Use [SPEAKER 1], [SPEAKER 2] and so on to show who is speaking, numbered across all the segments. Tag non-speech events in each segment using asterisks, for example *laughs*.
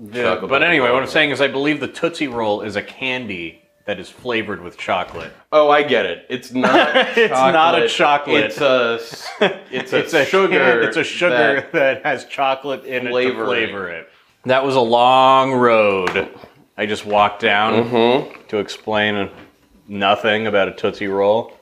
[SPEAKER 1] Yeah,
[SPEAKER 2] chocolate
[SPEAKER 1] but
[SPEAKER 2] bar.
[SPEAKER 1] anyway, what I'm saying is, I believe the Tootsie Roll is a candy that is flavored with chocolate.
[SPEAKER 2] Oh, I get it.
[SPEAKER 1] *laughs*
[SPEAKER 2] It's not.
[SPEAKER 1] It's not a chocolate.
[SPEAKER 2] It's a.
[SPEAKER 1] *laughs*
[SPEAKER 2] s- It's a,
[SPEAKER 1] It's a
[SPEAKER 2] sugar.
[SPEAKER 1] sugar. *laughs* It's a sugar
[SPEAKER 2] that-
[SPEAKER 1] that, has chocolate in it to
[SPEAKER 2] Flavor.
[SPEAKER 1] flavor it. That was a long road. I just walked down
[SPEAKER 2] Mm-hmm.
[SPEAKER 1] to explain nothing about a Tootsie Roll.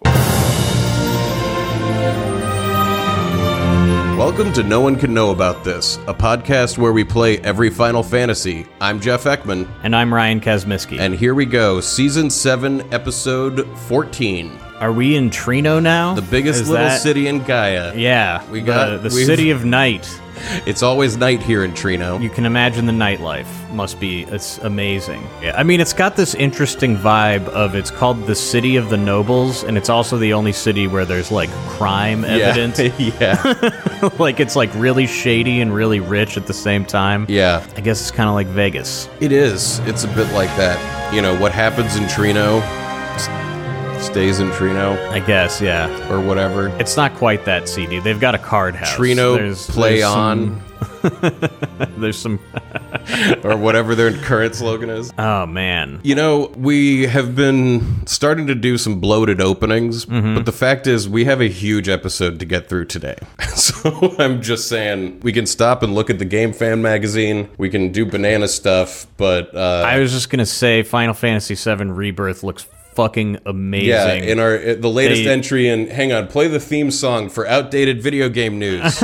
[SPEAKER 3] Welcome to No One Can Know About This, a podcast where we play every Final Fantasy. I'm Jeff Ekman,
[SPEAKER 4] And I'm Ryan Kazmiski.
[SPEAKER 3] and here we go, Season 7, Episode 14
[SPEAKER 4] Are we in Trino now?
[SPEAKER 3] The Biggest
[SPEAKER 4] Is
[SPEAKER 3] Little
[SPEAKER 4] that-
[SPEAKER 3] City in Gaia.
[SPEAKER 4] Yeah.
[SPEAKER 3] We got-
[SPEAKER 4] the, the
[SPEAKER 3] we've-
[SPEAKER 4] city of night.
[SPEAKER 3] It's always night here in Trino.
[SPEAKER 4] You can imagine the nightlife. Must be it's amazing. Yeah, I mean, it's got this interesting vibe of it's called the city of the nobles, and it's also the only city where there's like crime
[SPEAKER 3] *laughs*
[SPEAKER 4] evident.
[SPEAKER 3] yeah.
[SPEAKER 4] *laughs* like it's like really shady and really rich at the same time.
[SPEAKER 3] Yeah.
[SPEAKER 4] I guess it's kind of like Vegas.
[SPEAKER 3] It is. It's a bit like that. You know, what happens in Trino s- stays in Trino
[SPEAKER 4] I guess, yeah.
[SPEAKER 3] or whatever.
[SPEAKER 4] It's not quite that seedy. They've got a card house.
[SPEAKER 3] Trino
[SPEAKER 4] There's-
[SPEAKER 3] play
[SPEAKER 4] there's Some,
[SPEAKER 3] on
[SPEAKER 4] there's some.
[SPEAKER 3] or whatever their current slogan is.
[SPEAKER 4] Oh man.
[SPEAKER 3] You know, we have been starting to do some bloated openings,
[SPEAKER 4] Mm-hmm.
[SPEAKER 3] but the fact is, we have a huge episode to get through today. *laughs* so I'm just saying, we can stop and look at the Game Fan magazine. We can do banana stuff, but uh,
[SPEAKER 4] I was just gonna say Final Fantasy VII Rebirth looks fucking amazing.
[SPEAKER 3] yeah, in our uh, the latest
[SPEAKER 4] They-
[SPEAKER 3] entry. And hang on, play the theme song for outdated video
[SPEAKER 4] *laughs*
[SPEAKER 3] game news.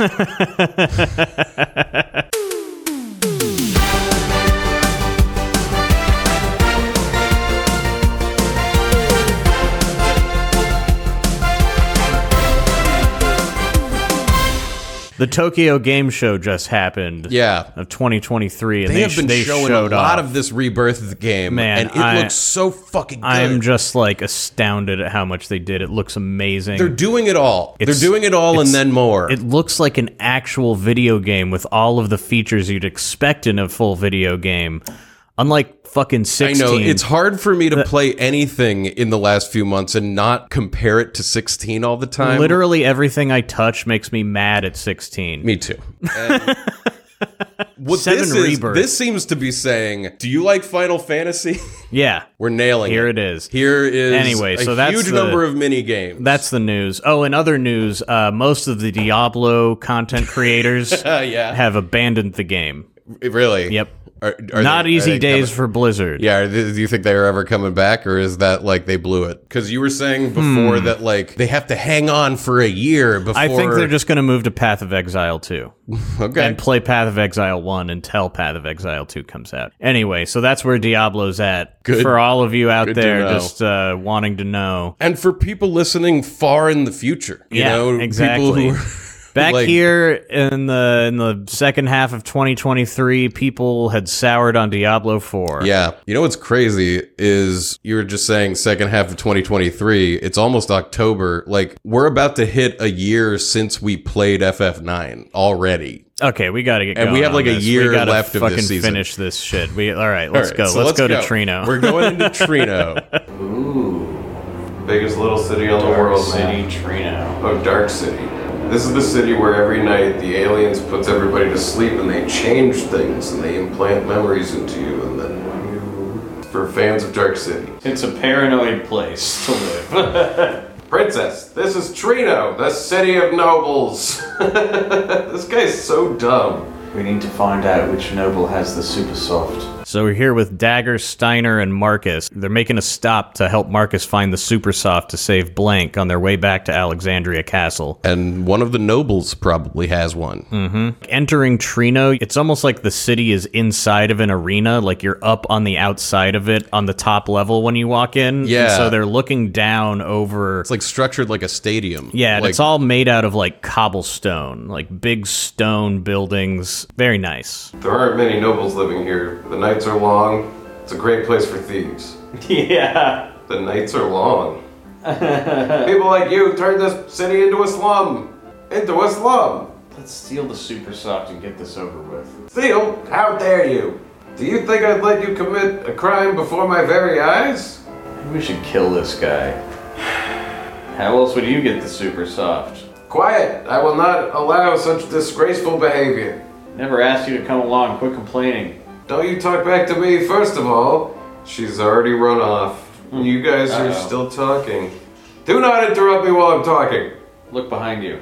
[SPEAKER 4] the Tokyo Game Show just happened.
[SPEAKER 3] yeah.
[SPEAKER 4] of 2023, and
[SPEAKER 3] They,
[SPEAKER 4] they,
[SPEAKER 3] have been
[SPEAKER 4] they
[SPEAKER 3] showing a
[SPEAKER 4] showed
[SPEAKER 3] lot
[SPEAKER 4] off.
[SPEAKER 3] of this rebirth of the game,
[SPEAKER 4] Man,
[SPEAKER 3] and it
[SPEAKER 4] I-
[SPEAKER 3] looks so fucking good.
[SPEAKER 4] I'm just like astounded at how much they did. It looks amazing.
[SPEAKER 3] They're doing it all. They're
[SPEAKER 4] It's-
[SPEAKER 3] doing it all and
[SPEAKER 4] it's-
[SPEAKER 3] then more.
[SPEAKER 4] it looks like an actual video game with all of the features you'd expect in a full video game, unlike fucking 16.
[SPEAKER 3] I know it's hard for me to play anything in the last few months and not compare it to 16 all the time.
[SPEAKER 4] Literally everything I touch makes me mad at 16.
[SPEAKER 3] me too.
[SPEAKER 4] *laughs*
[SPEAKER 3] And what
[SPEAKER 4] Seven
[SPEAKER 3] this is,
[SPEAKER 4] Rebirth.
[SPEAKER 3] this seems to be saying, do you like Final Fantasy? *laughs*
[SPEAKER 4] Yeah,
[SPEAKER 3] We're nailing
[SPEAKER 4] here
[SPEAKER 3] it.
[SPEAKER 4] it is.
[SPEAKER 3] Here is
[SPEAKER 4] Anyway,
[SPEAKER 3] a
[SPEAKER 4] so that's
[SPEAKER 3] huge
[SPEAKER 4] the-
[SPEAKER 3] number of mini games.
[SPEAKER 4] That's the news. Oh, and other news, uh, most of the Diablo content creators
[SPEAKER 3] *laughs* Uh, yeah.
[SPEAKER 4] have abandoned the game.
[SPEAKER 3] really.
[SPEAKER 4] Yep.
[SPEAKER 3] Are, are
[SPEAKER 4] Not
[SPEAKER 3] they- are
[SPEAKER 4] easy
[SPEAKER 3] they
[SPEAKER 4] days
[SPEAKER 3] coming-
[SPEAKER 4] for Blizzard.
[SPEAKER 3] yeah, are they- do you think they're ever coming back, or is that like they blew it? Because you were saying before that like they have to hang on for a year before.
[SPEAKER 4] Hmm. I think they're just going to move to Path of Exile 2
[SPEAKER 3] okay.
[SPEAKER 4] and play Path of Exile 1 until Path of Exile 2 comes out. Anyway, so that's where Diablo's at.
[SPEAKER 3] Good-
[SPEAKER 4] For all of you out
[SPEAKER 3] good to
[SPEAKER 4] there
[SPEAKER 3] know.
[SPEAKER 4] just uh, wanting to know.
[SPEAKER 3] and for people listening far in the future, you
[SPEAKER 4] yeah,
[SPEAKER 3] know,
[SPEAKER 4] exactly.
[SPEAKER 3] people who *laughs*
[SPEAKER 4] *laughs* Back
[SPEAKER 3] like-
[SPEAKER 4] here in the in the second half of 2023, people had soured on Diablo 4.
[SPEAKER 3] yeah, you know what's crazy is you were just saying second half of 2023. It's almost October. Like we're about to hit a year since we played FF9 already.
[SPEAKER 4] Okay, we got to get
[SPEAKER 3] And
[SPEAKER 4] going
[SPEAKER 3] we have,
[SPEAKER 4] on
[SPEAKER 3] like, a
[SPEAKER 4] this.
[SPEAKER 3] year
[SPEAKER 4] we gotta
[SPEAKER 3] left of
[SPEAKER 4] fucking
[SPEAKER 3] this season.
[SPEAKER 4] finish this shit. We all right, let's
[SPEAKER 3] All right,
[SPEAKER 4] go.
[SPEAKER 3] so
[SPEAKER 4] let's, go, to Trino.
[SPEAKER 3] We're going
[SPEAKER 4] *laughs*
[SPEAKER 3] into Trino.
[SPEAKER 2] Biggest little city on the world. man.
[SPEAKER 1] Trino.
[SPEAKER 2] Oh, Dark City. This is the city where every night the aliens puts everybody to sleep and they change things and they implant memories into you and then you. For fans of Dark City.
[SPEAKER 1] It's a paranoid place to live.
[SPEAKER 2] Princess, this is Trino, the city of nobles. *laughs* this guy's so dumb.
[SPEAKER 5] We need to find out which noble has the super soft.
[SPEAKER 4] so we're here with Dagger, Steiner, and Marcus. They're making a stop to help Marcus find the super soft to save Blank on their way back to Alexandria Castle.
[SPEAKER 3] and one of the nobles probably has one.
[SPEAKER 4] Entering Trino, it's almost like the city is inside of an arena, like you're up on the outside of it on the top level when you walk in. And
[SPEAKER 3] Yeah.
[SPEAKER 4] so they're looking down over
[SPEAKER 3] It's like structured like a stadium.
[SPEAKER 4] Yeah, and
[SPEAKER 3] like,
[SPEAKER 4] it's all made out of like cobblestone, like big stone buildings. Very nice.
[SPEAKER 2] There aren't many nobles living here. The nights are long. It's a great place for thieves.
[SPEAKER 5] *laughs* Yeah.
[SPEAKER 2] The nights are long. *laughs* People like you turn this city into a slum. Into a slum.
[SPEAKER 5] Let's steal the super soft and get this over with.
[SPEAKER 2] Seal, how dare you? Do you think I'd let you commit a crime before my very eyes?
[SPEAKER 5] Maybe we should kill this guy. How else would you get the super soft?
[SPEAKER 2] Quiet, I will not allow such disgraceful behavior.
[SPEAKER 5] Never asked you to come along. Quit complaining.
[SPEAKER 2] Don't you talk back to me, first of all. She's already run off. You guys are
[SPEAKER 5] Uh-oh.
[SPEAKER 2] still talking. Do not interrupt me while I'm talking.
[SPEAKER 5] Look behind you.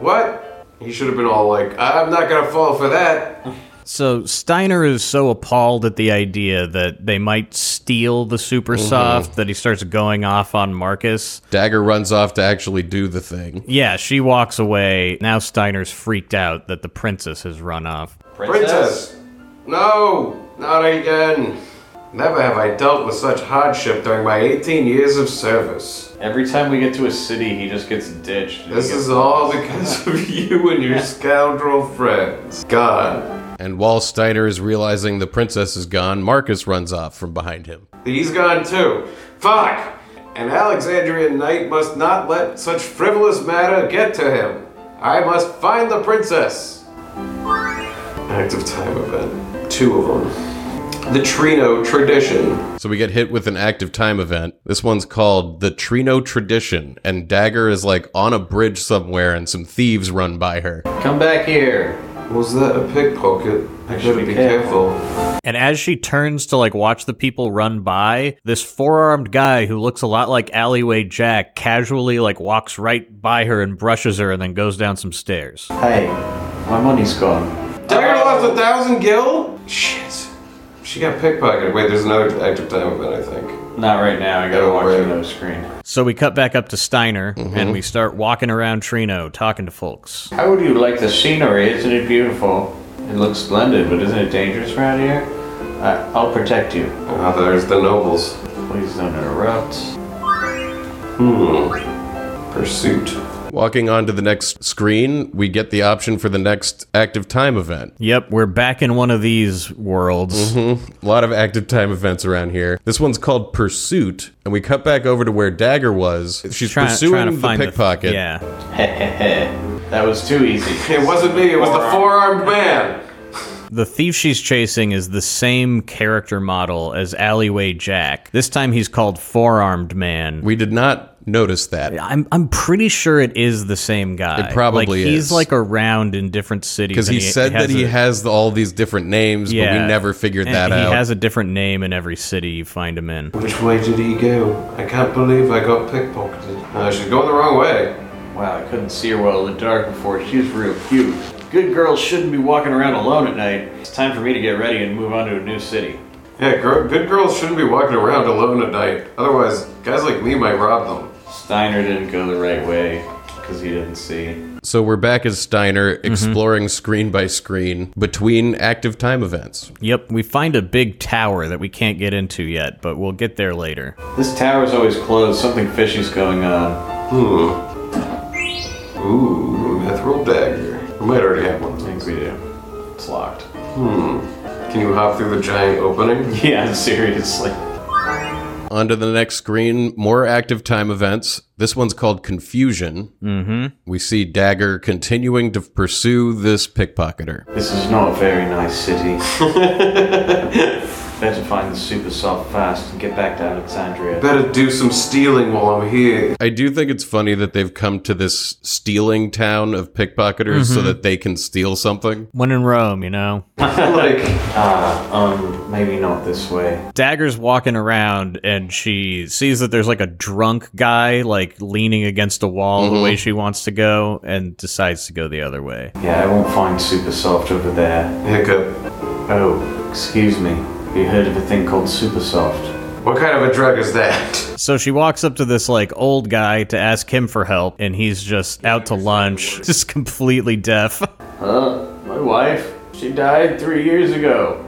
[SPEAKER 2] What? He should have been all like, I'm not gonna fall for that.
[SPEAKER 4] So Steiner is so appalled at the idea that they might steal the super
[SPEAKER 5] Mm-hmm.
[SPEAKER 4] soft that he starts going off on Marcus.
[SPEAKER 3] Dagger runs off to actually do the thing.
[SPEAKER 4] Yeah, she walks away. Now Steiner's freaked out that the princess has run off.
[SPEAKER 2] Princess! No! Not again! Never have I dealt with such hardship during my 18 years of service. *laughs*
[SPEAKER 5] Every time we get to a city, he just gets ditched. He
[SPEAKER 2] This
[SPEAKER 5] gets
[SPEAKER 2] is all because of you and your scoundrel friends. God.
[SPEAKER 3] And while Steiner is realizing the princess is gone, Marcus runs off from behind him.
[SPEAKER 2] He's gone too. Fuck! An Alexandrian knight must not let such frivolous matter get to him. I must find the princess. Active time event. Two of them. The Trino tradition.
[SPEAKER 3] So we get hit with an active time event. This one's called the Trino Tradition, and Dagger is like on a bridge somewhere, and some thieves run by her.
[SPEAKER 5] Come back here.
[SPEAKER 2] Was that a pickpocket? I
[SPEAKER 5] should
[SPEAKER 2] gotta
[SPEAKER 5] be
[SPEAKER 2] be careful.
[SPEAKER 4] And as she turns to like watch the people run by, this four-armed guy who looks a lot like Alleyway Jack casually like walks right by her and brushes her and then goes down some stairs.
[SPEAKER 5] Hey, my money's gone.
[SPEAKER 2] Dagger left a thousand gil? Shit. She got pickpocketed. Wait, there's another active time event, I think.
[SPEAKER 5] Not right now. I gotta
[SPEAKER 2] Don't
[SPEAKER 5] watch
[SPEAKER 2] worry.
[SPEAKER 5] another screen.
[SPEAKER 4] So we cut back up to Steiner
[SPEAKER 3] Mm-hmm.
[SPEAKER 4] and we start walking around Trino talking to folks.
[SPEAKER 5] How would you like the scenery? Isn't it beautiful? It looks splendid, but isn't it dangerous around here? I, I'll protect you.
[SPEAKER 2] Ah, there's the nobles.
[SPEAKER 5] Please don't interrupt.
[SPEAKER 2] Pursuit.
[SPEAKER 3] Walking on to the next screen, we get the option for the next active time event.
[SPEAKER 4] Yep, we're back in one of these worlds.
[SPEAKER 3] A lot of active time events around here. This one's called Pursuit, and we cut back over to where Dagger was. She's
[SPEAKER 4] Try-
[SPEAKER 3] pursuing
[SPEAKER 4] trying to
[SPEAKER 3] the
[SPEAKER 4] find
[SPEAKER 3] pickpocket.
[SPEAKER 4] yeah.
[SPEAKER 5] that was too easy.
[SPEAKER 2] *laughs* It wasn't me, it was the four armed man.
[SPEAKER 4] The thief she's chasing is the same character model as Alleyway Jack. This time he's called Four Armed Man.
[SPEAKER 3] We did not notice that.
[SPEAKER 4] I'm I'm pretty sure it is the same guy.
[SPEAKER 3] It probably
[SPEAKER 4] like, He's
[SPEAKER 3] is.
[SPEAKER 4] like around in different cities
[SPEAKER 3] Because he,
[SPEAKER 4] and
[SPEAKER 3] said that
[SPEAKER 4] has
[SPEAKER 3] he
[SPEAKER 4] a-
[SPEAKER 3] has the, all these different names, but
[SPEAKER 4] yeah.
[SPEAKER 3] we never figured
[SPEAKER 4] And
[SPEAKER 3] that out.
[SPEAKER 4] He has a different name in every city you find him in.
[SPEAKER 2] Which way did he go? I can't believe I got pickpocketed. Uh, she's going the wrong way.
[SPEAKER 5] Wow, I couldn't see her well in the dark before. She was real cute. Good girls shouldn't be walking around alone at night. It's time for me to get ready and move on to a new city.
[SPEAKER 2] Yeah, gr- good girls shouldn't be walking around alone at night. Otherwise, guys like me might rob them.
[SPEAKER 5] Steiner didn't go the right way because he didn't see.
[SPEAKER 3] So we're back as Steiner
[SPEAKER 4] Mm-hmm.
[SPEAKER 3] exploring screen by screen between active time events.
[SPEAKER 4] Yep, we find a big tower that we can't get into yet, but we'll get there later.
[SPEAKER 5] This tower's always closed. Something fishy's going on.
[SPEAKER 2] Hmm. Ooh, mithril dagger. We might already have one of
[SPEAKER 5] I think
[SPEAKER 2] these.
[SPEAKER 5] we do. It's locked.
[SPEAKER 2] Hmm. Can you hop through the giant opening?
[SPEAKER 5] *laughs* Yeah, seriously.
[SPEAKER 3] Onto the next screen, more active time events. This one's called Confusion. Mm-hmm. We see Dagger continuing to pursue this pickpocketer.
[SPEAKER 5] This is not a very nice
[SPEAKER 2] *laughs*
[SPEAKER 5] city. Better find the super soft fast and get back to Alexandria.
[SPEAKER 2] Better do some stealing while I'm here.
[SPEAKER 3] I do think it's funny that they've come to this stealing town of pickpocketers so that they can steal something.
[SPEAKER 4] When in Rome, you know.
[SPEAKER 2] like,
[SPEAKER 5] Ah, um, maybe not this way.
[SPEAKER 4] Dagger's walking around and she sees that there's like a drunk guy like leaning against a wall the way she wants to go and decides to go the other way.
[SPEAKER 5] Yeah, I won't find super soft over there.
[SPEAKER 2] hiccup.
[SPEAKER 5] Oh, excuse me. Have you heard of a thing called super soft?
[SPEAKER 2] What kind of a drug is that?
[SPEAKER 4] So she walks up to this like old guy to ask him for help and he's just out to lunch, *laughs* just completely deaf.
[SPEAKER 5] Huh? My wife? She died three years ago.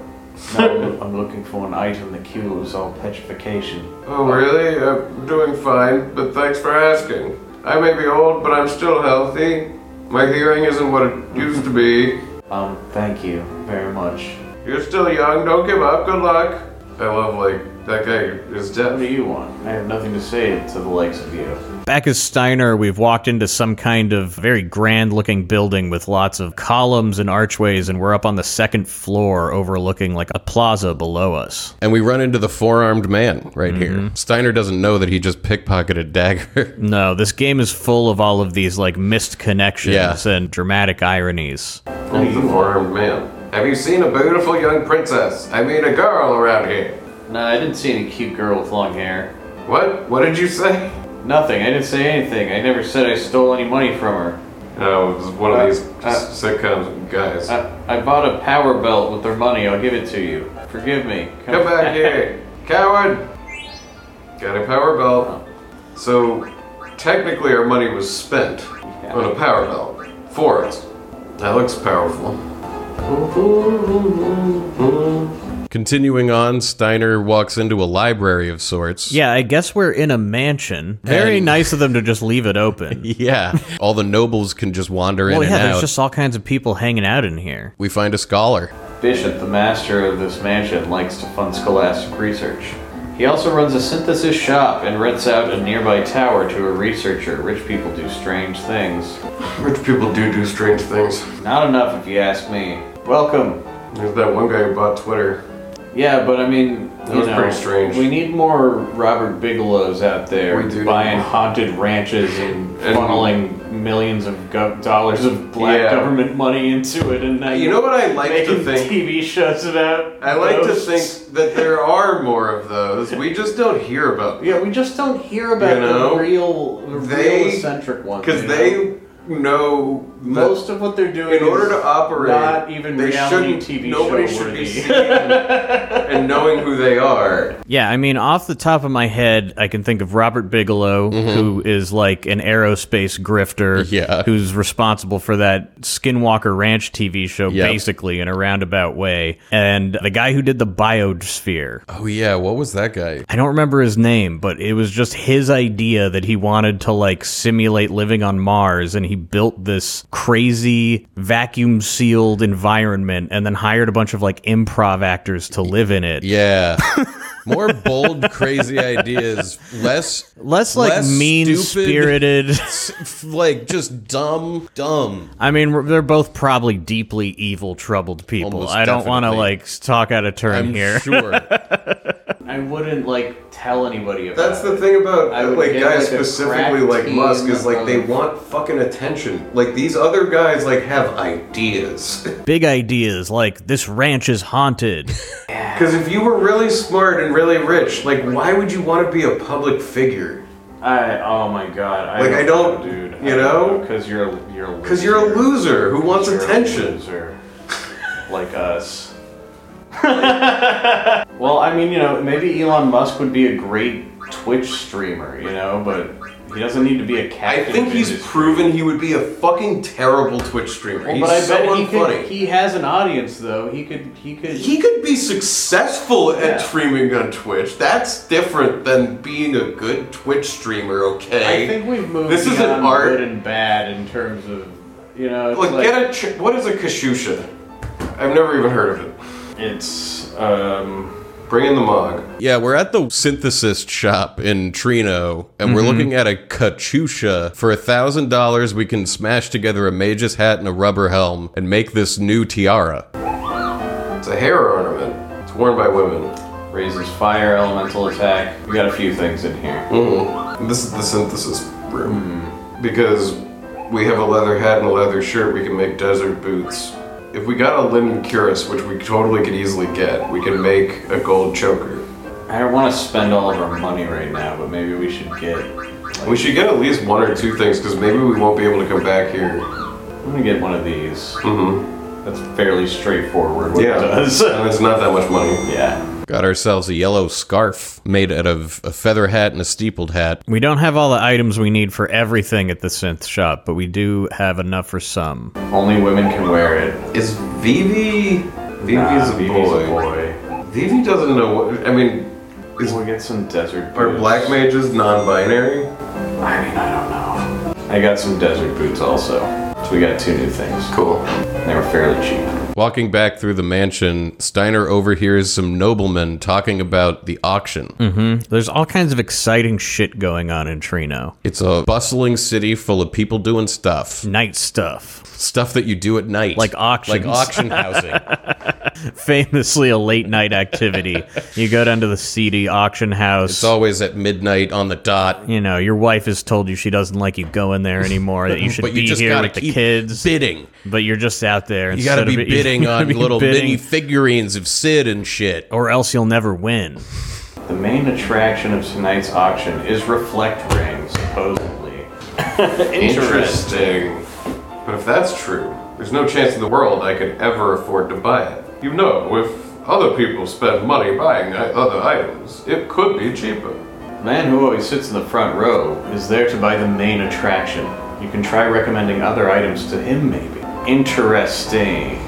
[SPEAKER 5] No, I'm looking for an item that cures all petrification.
[SPEAKER 2] Oh, really? I'm doing fine, but thanks for asking. I may be old, but I'm still healthy. My hearing isn't what it used to be.
[SPEAKER 5] Um, thank you very much.
[SPEAKER 2] You're still young, don't give up, good luck. I love, like, that guy is
[SPEAKER 5] What
[SPEAKER 2] deaf.
[SPEAKER 5] do you want? I have nothing to say to the likes of you.
[SPEAKER 4] Back as Steiner, we've walked into some kind of very grand looking building with lots of columns and archways and we're up on the second floor overlooking like a plaza below us.
[SPEAKER 3] And we run into the four armed man right here. Steiner doesn't know that he just pickpocketed Dagger. *laughs*
[SPEAKER 4] No, this game is full of all of these like missed connections
[SPEAKER 3] Yeah.
[SPEAKER 4] and dramatic ironies.
[SPEAKER 2] He's a four-armed man. Have you seen a beautiful young princess? I mean, a girl around here.
[SPEAKER 5] No, I didn't see any cute girl with long hair.
[SPEAKER 2] What? What did you say?
[SPEAKER 5] Nothing. I didn't say anything. I never said I stole any money from her.
[SPEAKER 2] Oh, it was one of
[SPEAKER 5] Uh,
[SPEAKER 2] these
[SPEAKER 5] uh,
[SPEAKER 2] sitcom guys.
[SPEAKER 5] I, I bought a power belt with their money. I'll give it to you. Forgive me. *laughs*
[SPEAKER 2] Come back here, coward! Got a power belt. So, technically, our money was spent on a power belt. Forest. That looks powerful.
[SPEAKER 3] Continuing on, Steiner walks into a library of sorts.
[SPEAKER 4] Yeah, I guess we're in a mansion. Very
[SPEAKER 3] And-
[SPEAKER 4] nice of them to just leave it
[SPEAKER 3] *laughs*
[SPEAKER 4] open.
[SPEAKER 3] Yeah. All the nobles can just wander
[SPEAKER 4] well,
[SPEAKER 3] in
[SPEAKER 4] yeah,
[SPEAKER 3] and
[SPEAKER 4] there's
[SPEAKER 3] out.
[SPEAKER 4] just all kinds of people hanging out in here.
[SPEAKER 3] We find a scholar.
[SPEAKER 5] Bishop, the master of this mansion, likes to fund scholastic research. He also runs a synthesis shop and rents out a nearby tower to a researcher. Rich people do strange things.
[SPEAKER 2] Rich people do do strange things.
[SPEAKER 5] Not enough, if you ask me. Welcome.
[SPEAKER 2] There's that one guy who bought Twitter.
[SPEAKER 5] Yeah, but I mean,
[SPEAKER 2] That
[SPEAKER 5] you
[SPEAKER 2] was
[SPEAKER 5] know,
[SPEAKER 2] pretty strange.
[SPEAKER 5] We need more Robert Bigelow's out there
[SPEAKER 2] We do.
[SPEAKER 5] buying haunted ranches and,
[SPEAKER 2] And-
[SPEAKER 5] funneling millions of go- dollars of black
[SPEAKER 2] Yeah.
[SPEAKER 5] government money into it, and then
[SPEAKER 2] You know what I like to
[SPEAKER 5] making
[SPEAKER 2] think?
[SPEAKER 5] TV shows about.
[SPEAKER 2] I like to
[SPEAKER 5] ghosts.
[SPEAKER 2] think that there are more of those. We just don't hear about them.
[SPEAKER 5] Yeah, we just don't hear about
[SPEAKER 2] You know,
[SPEAKER 5] the real, the
[SPEAKER 2] they-
[SPEAKER 5] real eccentric ones. *laughs*
[SPEAKER 2] Because
[SPEAKER 5] you know?
[SPEAKER 2] they know that
[SPEAKER 5] most of what they're doing
[SPEAKER 2] in order
[SPEAKER 5] is
[SPEAKER 2] to operate,
[SPEAKER 5] not even
[SPEAKER 2] they
[SPEAKER 5] reality
[SPEAKER 2] shouldn't.
[SPEAKER 5] TV
[SPEAKER 2] nobody
[SPEAKER 5] show
[SPEAKER 2] should
[SPEAKER 5] worthy.
[SPEAKER 2] be seen and knowing who they are.
[SPEAKER 4] Yeah, I mean, off the top of my head, I can think of Robert Bigelow, who is like an aerospace grifter,
[SPEAKER 3] Mm-hmm. Yeah.
[SPEAKER 4] who's responsible for that Skinwalker Ranch TV show,
[SPEAKER 3] Yep.
[SPEAKER 4] basically in a roundabout way, and the guy who did the Biosphere.
[SPEAKER 3] Oh, yeah. What was that guy?
[SPEAKER 4] I don't remember his name, but it was just his idea that he wanted to like simulate living on Mars and he built this crazy vacuum sealed environment and then hired a bunch of like improv actors to live in it.
[SPEAKER 3] Yeah.
[SPEAKER 4] *laughs*
[SPEAKER 3] More bold, crazy ideas. Less,
[SPEAKER 4] Less like
[SPEAKER 3] Less
[SPEAKER 4] mean
[SPEAKER 3] stupid. *laughs*
[SPEAKER 4] spirited.
[SPEAKER 3] s- like, just dumb, dumb.
[SPEAKER 4] I mean, we're- they're both probably deeply evil, troubled people.
[SPEAKER 3] Almost
[SPEAKER 4] I don't want to
[SPEAKER 3] definitely.
[SPEAKER 4] like talk out of turn
[SPEAKER 3] I'm
[SPEAKER 4] here.
[SPEAKER 3] sure.
[SPEAKER 5] I wouldn't like tell anybody about.
[SPEAKER 2] That's the
[SPEAKER 5] it.
[SPEAKER 2] thing about
[SPEAKER 5] I would
[SPEAKER 2] like
[SPEAKER 5] get,
[SPEAKER 2] guys
[SPEAKER 5] like, a
[SPEAKER 2] specifically
[SPEAKER 5] crack
[SPEAKER 2] like
[SPEAKER 5] team
[SPEAKER 2] Musk is like
[SPEAKER 5] of-
[SPEAKER 2] they want fucking attention. Like these other guys like have ideas.
[SPEAKER 5] *laughs*
[SPEAKER 4] Big ideas like this ranch is haunted.
[SPEAKER 2] Because if you were really smart and really rich, like why would you want to be a public figure?
[SPEAKER 5] I oh my god. I
[SPEAKER 2] Like, I don't-
[SPEAKER 5] dude.
[SPEAKER 2] you know?
[SPEAKER 5] because you're a- you're a
[SPEAKER 2] Because you're a loser who wants
[SPEAKER 5] You're a
[SPEAKER 2] attention.
[SPEAKER 5] loser. like us. *laughs* well, I mean, you know, maybe Elon Musk would be a great Twitch streamer, you know, but he doesn't need to be a
[SPEAKER 2] I
[SPEAKER 5] captain.
[SPEAKER 2] think
[SPEAKER 5] of
[SPEAKER 2] he's
[SPEAKER 5] industry.
[SPEAKER 2] proven he would be a fucking terrible Twitch streamer.
[SPEAKER 5] Well,
[SPEAKER 2] he's
[SPEAKER 5] but I
[SPEAKER 2] so
[SPEAKER 5] bet he
[SPEAKER 2] unfunny.
[SPEAKER 5] could. He has an audience, though. He could. He could.
[SPEAKER 2] He could be successful
[SPEAKER 5] Yeah.
[SPEAKER 2] at streaming on Twitch. That's different than being a good Twitch streamer, okay?
[SPEAKER 5] I think we've moved
[SPEAKER 2] This is
[SPEAKER 5] beyond
[SPEAKER 2] an art.
[SPEAKER 5] good and bad in terms of you know. It's
[SPEAKER 2] Look,
[SPEAKER 5] like,
[SPEAKER 2] get a. Ch- what is a kashusha? I've never even heard of it.
[SPEAKER 5] It's um.
[SPEAKER 2] Bring in the mog.
[SPEAKER 3] Yeah, we're at the synthesis shop in Trino, and
[SPEAKER 4] Mm-hmm.
[SPEAKER 3] we're looking at a Katusha. For a thousand dollars, we can smash together a mage's hat and a rubber helm and make this new tiara.
[SPEAKER 2] It's a hair ornament. It's worn by women.
[SPEAKER 5] Raises fire, elemental attack. We got a few things in here.
[SPEAKER 2] This is the synthesis room.
[SPEAKER 5] Hmm.
[SPEAKER 2] Because we have a leather hat and a leather shirt, we can make desert boots. If we got a linen cuirass, which we totally could easily get, we can make a gold choker.
[SPEAKER 5] I don't want to spend all of our money right now, but maybe we should get.
[SPEAKER 2] We should get at least one or two things, because maybe we won't be able to come back here.
[SPEAKER 5] I'm gonna get one of these. Mm-hmm. That's fairly straightforward. What
[SPEAKER 2] Yeah.
[SPEAKER 5] it does. *laughs*
[SPEAKER 2] And it's not that much money.
[SPEAKER 5] yeah.
[SPEAKER 3] Got ourselves a yellow scarf made out of a feather hat and a steepled hat.
[SPEAKER 4] we don't have all the items we need for everything at the synth shop, but we do have enough for some.
[SPEAKER 5] Only women can wear it.
[SPEAKER 2] Is Vivi. Vivi's
[SPEAKER 5] Nah,
[SPEAKER 2] a,
[SPEAKER 5] Vivi's
[SPEAKER 2] boy. Vivi doesn't know what. I mean, is
[SPEAKER 5] We'll get some desert.
[SPEAKER 2] Are
[SPEAKER 5] boots.
[SPEAKER 2] black mages
[SPEAKER 5] I
[SPEAKER 2] non-binary?
[SPEAKER 5] mean, I don't know. I got some desert boots also. So we got two new things.
[SPEAKER 2] Cool.
[SPEAKER 5] They were fairly cheap.
[SPEAKER 3] Walking back through the mansion, Steiner overhears some noblemen talking about the auction.
[SPEAKER 4] Mm. There's all kinds of exciting shit going on in Trino.
[SPEAKER 3] It's a bustling city full of people doing stuff.
[SPEAKER 4] Night stuff. *laughs*
[SPEAKER 3] Stuff that you do at night.
[SPEAKER 4] Like auctions.
[SPEAKER 3] Like
[SPEAKER 4] *laughs*
[SPEAKER 3] auction housing.
[SPEAKER 4] Famously a late night activity. you go down to the seedy auction house.
[SPEAKER 3] it's always at midnight on the dot.
[SPEAKER 4] you know, your wife has told you she doesn't like you
[SPEAKER 3] *laughs*
[SPEAKER 4] going there anymore, that you should
[SPEAKER 3] but you
[SPEAKER 4] be
[SPEAKER 3] just
[SPEAKER 4] here
[SPEAKER 3] gotta
[SPEAKER 4] with the
[SPEAKER 3] keep
[SPEAKER 4] kids,
[SPEAKER 3] bidding.
[SPEAKER 4] but you're just out there.
[SPEAKER 3] You gotta
[SPEAKER 4] instead
[SPEAKER 3] be
[SPEAKER 4] of- *laughs*
[SPEAKER 3] bidding bidding
[SPEAKER 4] You're gonna
[SPEAKER 3] on
[SPEAKER 4] be
[SPEAKER 3] little
[SPEAKER 4] bidding.
[SPEAKER 3] mini figurines of Sid and shit.
[SPEAKER 4] or else you'll never win.
[SPEAKER 5] The main attraction of tonight's auction is reflect rings, supposedly.
[SPEAKER 2] Interesting. But if that's true, there's no chance in the world I could ever afford to buy it. You know, if other people spend money buying i- other items, it could be cheaper.
[SPEAKER 5] The man who always sits in the front row is there to buy the main attraction. You can try recommending other items to him, maybe. Interesting.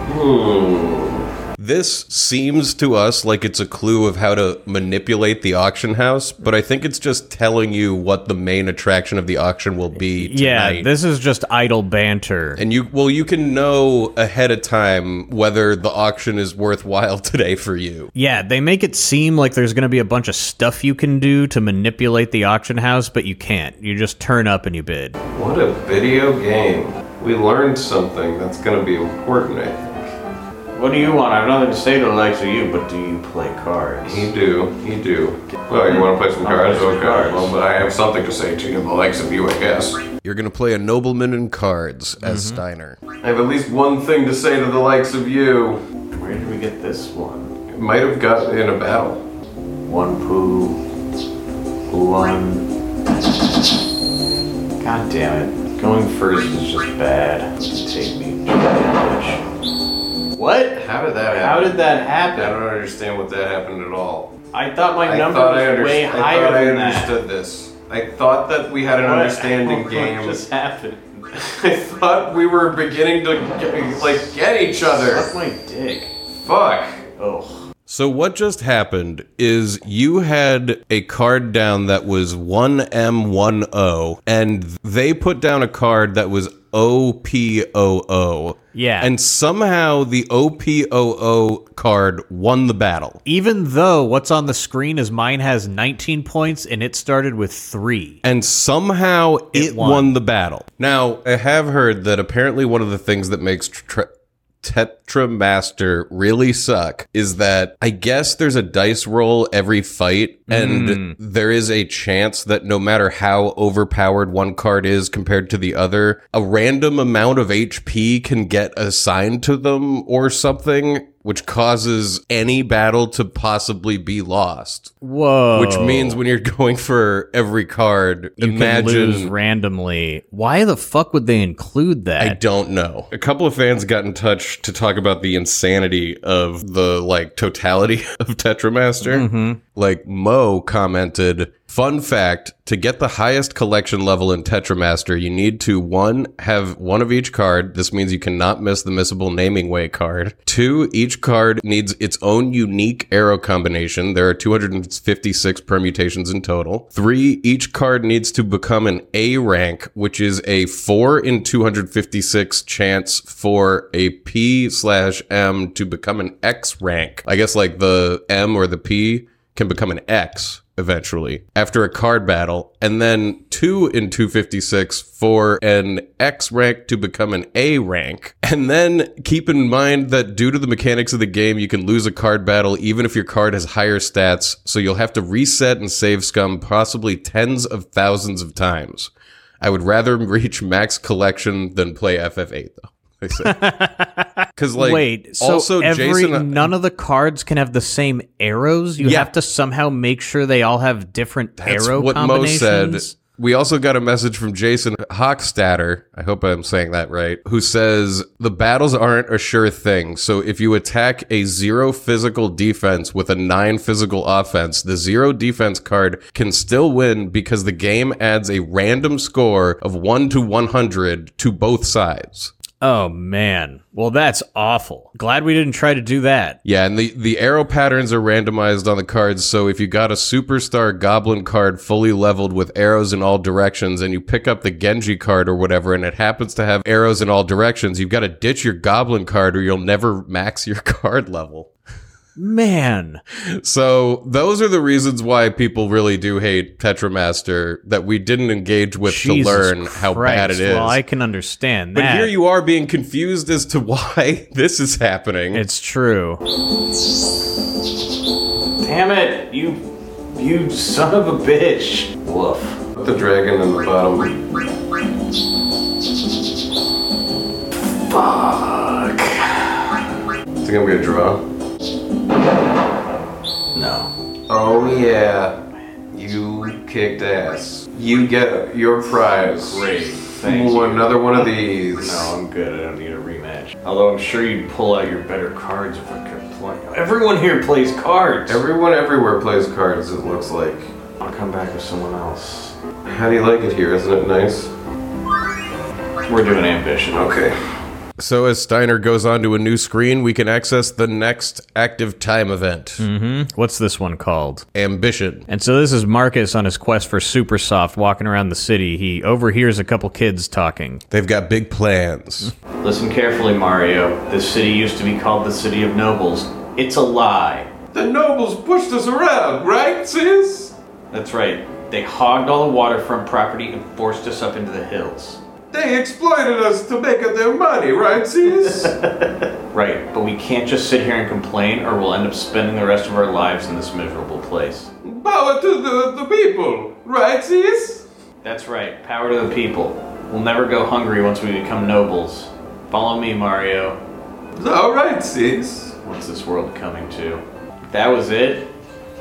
[SPEAKER 3] This seems to us like it's a clue of how to manipulate the auction house, but I think it's just telling you what the main attraction of the auction will be tonight.
[SPEAKER 4] Yeah, this is just idle banter.
[SPEAKER 3] and you well you can know ahead of time whether the auction is worthwhile *laughs* today for you.
[SPEAKER 4] Yeah, they make it seem like there's going to be a bunch of stuff you can do to manipulate the auction house, but you can't. You just turn up and you bid.
[SPEAKER 2] What a video game. We learned something that's gonna be important, I think.
[SPEAKER 5] What do you want? I have nothing to say to the likes of you, but do you play cards?
[SPEAKER 2] You do, you do. Well, you wanna play some
[SPEAKER 5] I'll
[SPEAKER 2] cards?
[SPEAKER 5] play some
[SPEAKER 2] Okay,
[SPEAKER 5] cards.
[SPEAKER 2] well, but I have something to say to you, the likes of you, I guess.
[SPEAKER 3] You're going to play a nobleman in cards as
[SPEAKER 4] Mm-hmm.
[SPEAKER 3] Steiner.
[SPEAKER 2] I have at least one thing to say to the likes of you.
[SPEAKER 5] Where did we get this one?
[SPEAKER 2] Might have got in a battle.
[SPEAKER 5] One poo. One. God damn it. Going first is just bad. Take me. bitch. What?
[SPEAKER 2] How did that happen?
[SPEAKER 5] How did that
[SPEAKER 2] I
[SPEAKER 5] happen?
[SPEAKER 2] don't understand what that happened at all.
[SPEAKER 5] I thought my
[SPEAKER 2] I
[SPEAKER 5] number
[SPEAKER 2] thought
[SPEAKER 5] was
[SPEAKER 2] I, underst-
[SPEAKER 5] way
[SPEAKER 2] I
[SPEAKER 5] higher
[SPEAKER 2] thought I
[SPEAKER 5] than
[SPEAKER 2] understood this. I thought that we had an
[SPEAKER 5] that.
[SPEAKER 2] understanding
[SPEAKER 5] *laughs* what
[SPEAKER 2] game.
[SPEAKER 5] just happened?
[SPEAKER 2] I thought we were beginning to get, like get each
[SPEAKER 5] Suck
[SPEAKER 2] other.
[SPEAKER 5] my dick.
[SPEAKER 2] Fuck.
[SPEAKER 5] Oh,
[SPEAKER 3] So what just happened is you had a card down that was 1M10 and they put down a card that was OPOO.
[SPEAKER 4] Yeah.
[SPEAKER 3] And somehow the OPOO card won the battle.
[SPEAKER 4] Even though what's on the screen is mine has 19 points and it started with three.
[SPEAKER 3] and somehow it, won.
[SPEAKER 4] won.
[SPEAKER 3] the battle. Now, I have heard that apparently one of the things that makes tr- Tetra Master really suck is that I guess there's a dice roll every fight, and there is a chance that no matter how overpowered one card is compared to the other, a random amount of HP can get assigned to them or something. Which causes any battle to possibly be lost
[SPEAKER 4] Whoa.
[SPEAKER 3] which means when you're *laughs* going for every card,
[SPEAKER 4] Oh. you can lose
[SPEAKER 3] imagine.
[SPEAKER 4] randomly. Why the fuck would they include that?
[SPEAKER 3] I don't know. A couple of fans got in touch to talk about the insanity of the like totality *laughs* of Tetramaster.
[SPEAKER 4] Mm-hmm.
[SPEAKER 3] Like Mo commented, fun fact, to get the highest collection level in Tetramaster, you need to one have one of each card. This means you cannot miss the missable naming way card. Two, each card needs its own unique arrow combination. There are 256 permutations in total. Three, each card needs to become an A rank, which is a four in 256 chance for a P slash M to become an X rank. I guess like the M or the P can become an X eventually after a card battle, and then two in 256 for an X rank to become an A rank. And then keep in mind that due to the mechanics of the game, you can lose a card battle even if your card has higher stats, so you'll have to reset and save scum possibly tens of thousands of times. I would rather *laughs* reach max collection than play FF8 though.
[SPEAKER 4] *laughs*
[SPEAKER 3] They say. Cuz like
[SPEAKER 4] Wait, so
[SPEAKER 3] also
[SPEAKER 4] every
[SPEAKER 3] Jason uh,
[SPEAKER 4] none of the cards can have the same arrows. You
[SPEAKER 3] Yeah.
[SPEAKER 4] have to somehow make sure they all have different
[SPEAKER 3] That's
[SPEAKER 4] arrow
[SPEAKER 3] what Mo
[SPEAKER 4] combinations.
[SPEAKER 3] said. We also got a message from Jason Hochstatter. I hope I'm saying that right. Who says the battles aren't a sure thing. So if you attack a zero physical defense with a nine physical offense, the zero defense card can still win because the game adds a random score of one to one hundred to both sides.
[SPEAKER 4] Oh man, well that's awful. Glad we didn't try to do that.
[SPEAKER 3] Yeah, and the, the arrow patterns are randomized on the cards. So if you got a superstar goblin card fully leveled with arrows in all directions, and you pick up the Genji card or whatever, and it happens to have arrows in all directions, you've got to ditch your goblin card or you'll never max your *laughs* card level.
[SPEAKER 4] Man,
[SPEAKER 3] So those are the reasons why people really do hate Tetramaster that we didn't engage with
[SPEAKER 4] Jesus
[SPEAKER 3] to learn how bad it
[SPEAKER 4] Christ.
[SPEAKER 3] is.
[SPEAKER 4] Well, I can understand
[SPEAKER 3] but
[SPEAKER 4] that.
[SPEAKER 3] here you are being confused as to *laughs* why this is happening.
[SPEAKER 4] it's true.
[SPEAKER 5] damn it! You, you son of a bitch! Woof.
[SPEAKER 2] Put the dragon in the bottom.
[SPEAKER 5] Fuck.
[SPEAKER 2] Think I'm gonna draw?
[SPEAKER 5] No.
[SPEAKER 2] Oh yeah, you kicked ass. You get your prize.
[SPEAKER 5] Great. Thank
[SPEAKER 2] Ooh,
[SPEAKER 5] you.
[SPEAKER 2] another one of these.
[SPEAKER 5] No, I'm good. I don't need a rematch. Although I'm sure you'd pull out your better cards if I kept playing. Everyone here plays cards.
[SPEAKER 2] Everyone everywhere plays cards. It looks like.
[SPEAKER 5] I'll come back with someone else.
[SPEAKER 2] How do you like it here? Isn't it nice?
[SPEAKER 5] We're doing ambition.
[SPEAKER 2] Okay.
[SPEAKER 3] So as Steiner goes onto a new screen, we can access the next active time event,
[SPEAKER 4] What's this one called?
[SPEAKER 3] Ambition.
[SPEAKER 4] And so this is Marcus on his quest for super soft walking around the city. He overhears a couple kids talking.
[SPEAKER 3] They've got big plans.
[SPEAKER 5] Listen carefully, Mario. This city used to be called the City of Nobles. It's a lie.
[SPEAKER 2] The nobles pushed us around, right, sis?
[SPEAKER 5] That's right. They hogged all the waterfront property and forced us up into the hills.
[SPEAKER 2] They exploited us to make up their money, right, sis?
[SPEAKER 5] Right, but we can't just sit here and complain or we'll end up spending the rest of our lives in this miserable place.
[SPEAKER 2] Power to the, the people, right, sis?
[SPEAKER 5] That's right, power to the people. We'll never go hungry once we become nobles. Follow me, Mario.
[SPEAKER 2] All right, sis.
[SPEAKER 5] What's this world coming to? If That was it?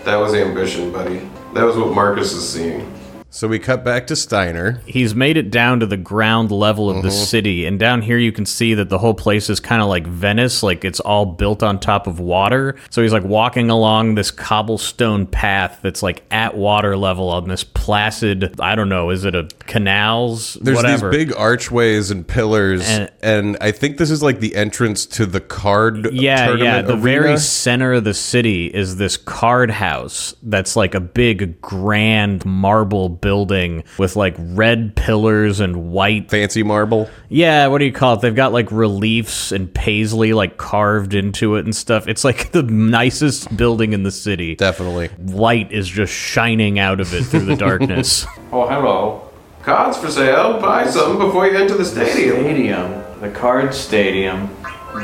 [SPEAKER 2] That was ambition, buddy. That was what Marcus is seeing.
[SPEAKER 3] So we cut back to Steiner.
[SPEAKER 4] He's made it down to the ground level of the
[SPEAKER 3] Mm-hmm.
[SPEAKER 4] city, and down here you can see that the whole place is kind of like Venice, like it's all built on top of water. So he's like walking along this cobblestone path that's like at water level on this placid, I don't know, is it a canals?
[SPEAKER 3] There's
[SPEAKER 4] Whatever.
[SPEAKER 3] these big archways and pillars,
[SPEAKER 4] And-
[SPEAKER 3] and, I think this is like the entrance to the card.
[SPEAKER 4] yeah,
[SPEAKER 3] tournament
[SPEAKER 4] yeah. The
[SPEAKER 3] arena.
[SPEAKER 4] very center of the city is this card house that's like a big, grand marble building with like red pillars and white.
[SPEAKER 3] fancy marble.
[SPEAKER 4] Yeah, what do you call it? They've got like reliefs and paisley like carved into it and stuff. It's like *laughs* the nicest building in the city.
[SPEAKER 3] Definitely.
[SPEAKER 4] Light is just shining out of it through the
[SPEAKER 2] *laughs*
[SPEAKER 4] darkness.
[SPEAKER 5] Oh, hello.
[SPEAKER 2] Cards for sale. Buy some before you enter the stadium.
[SPEAKER 5] Stadium. The card stadium.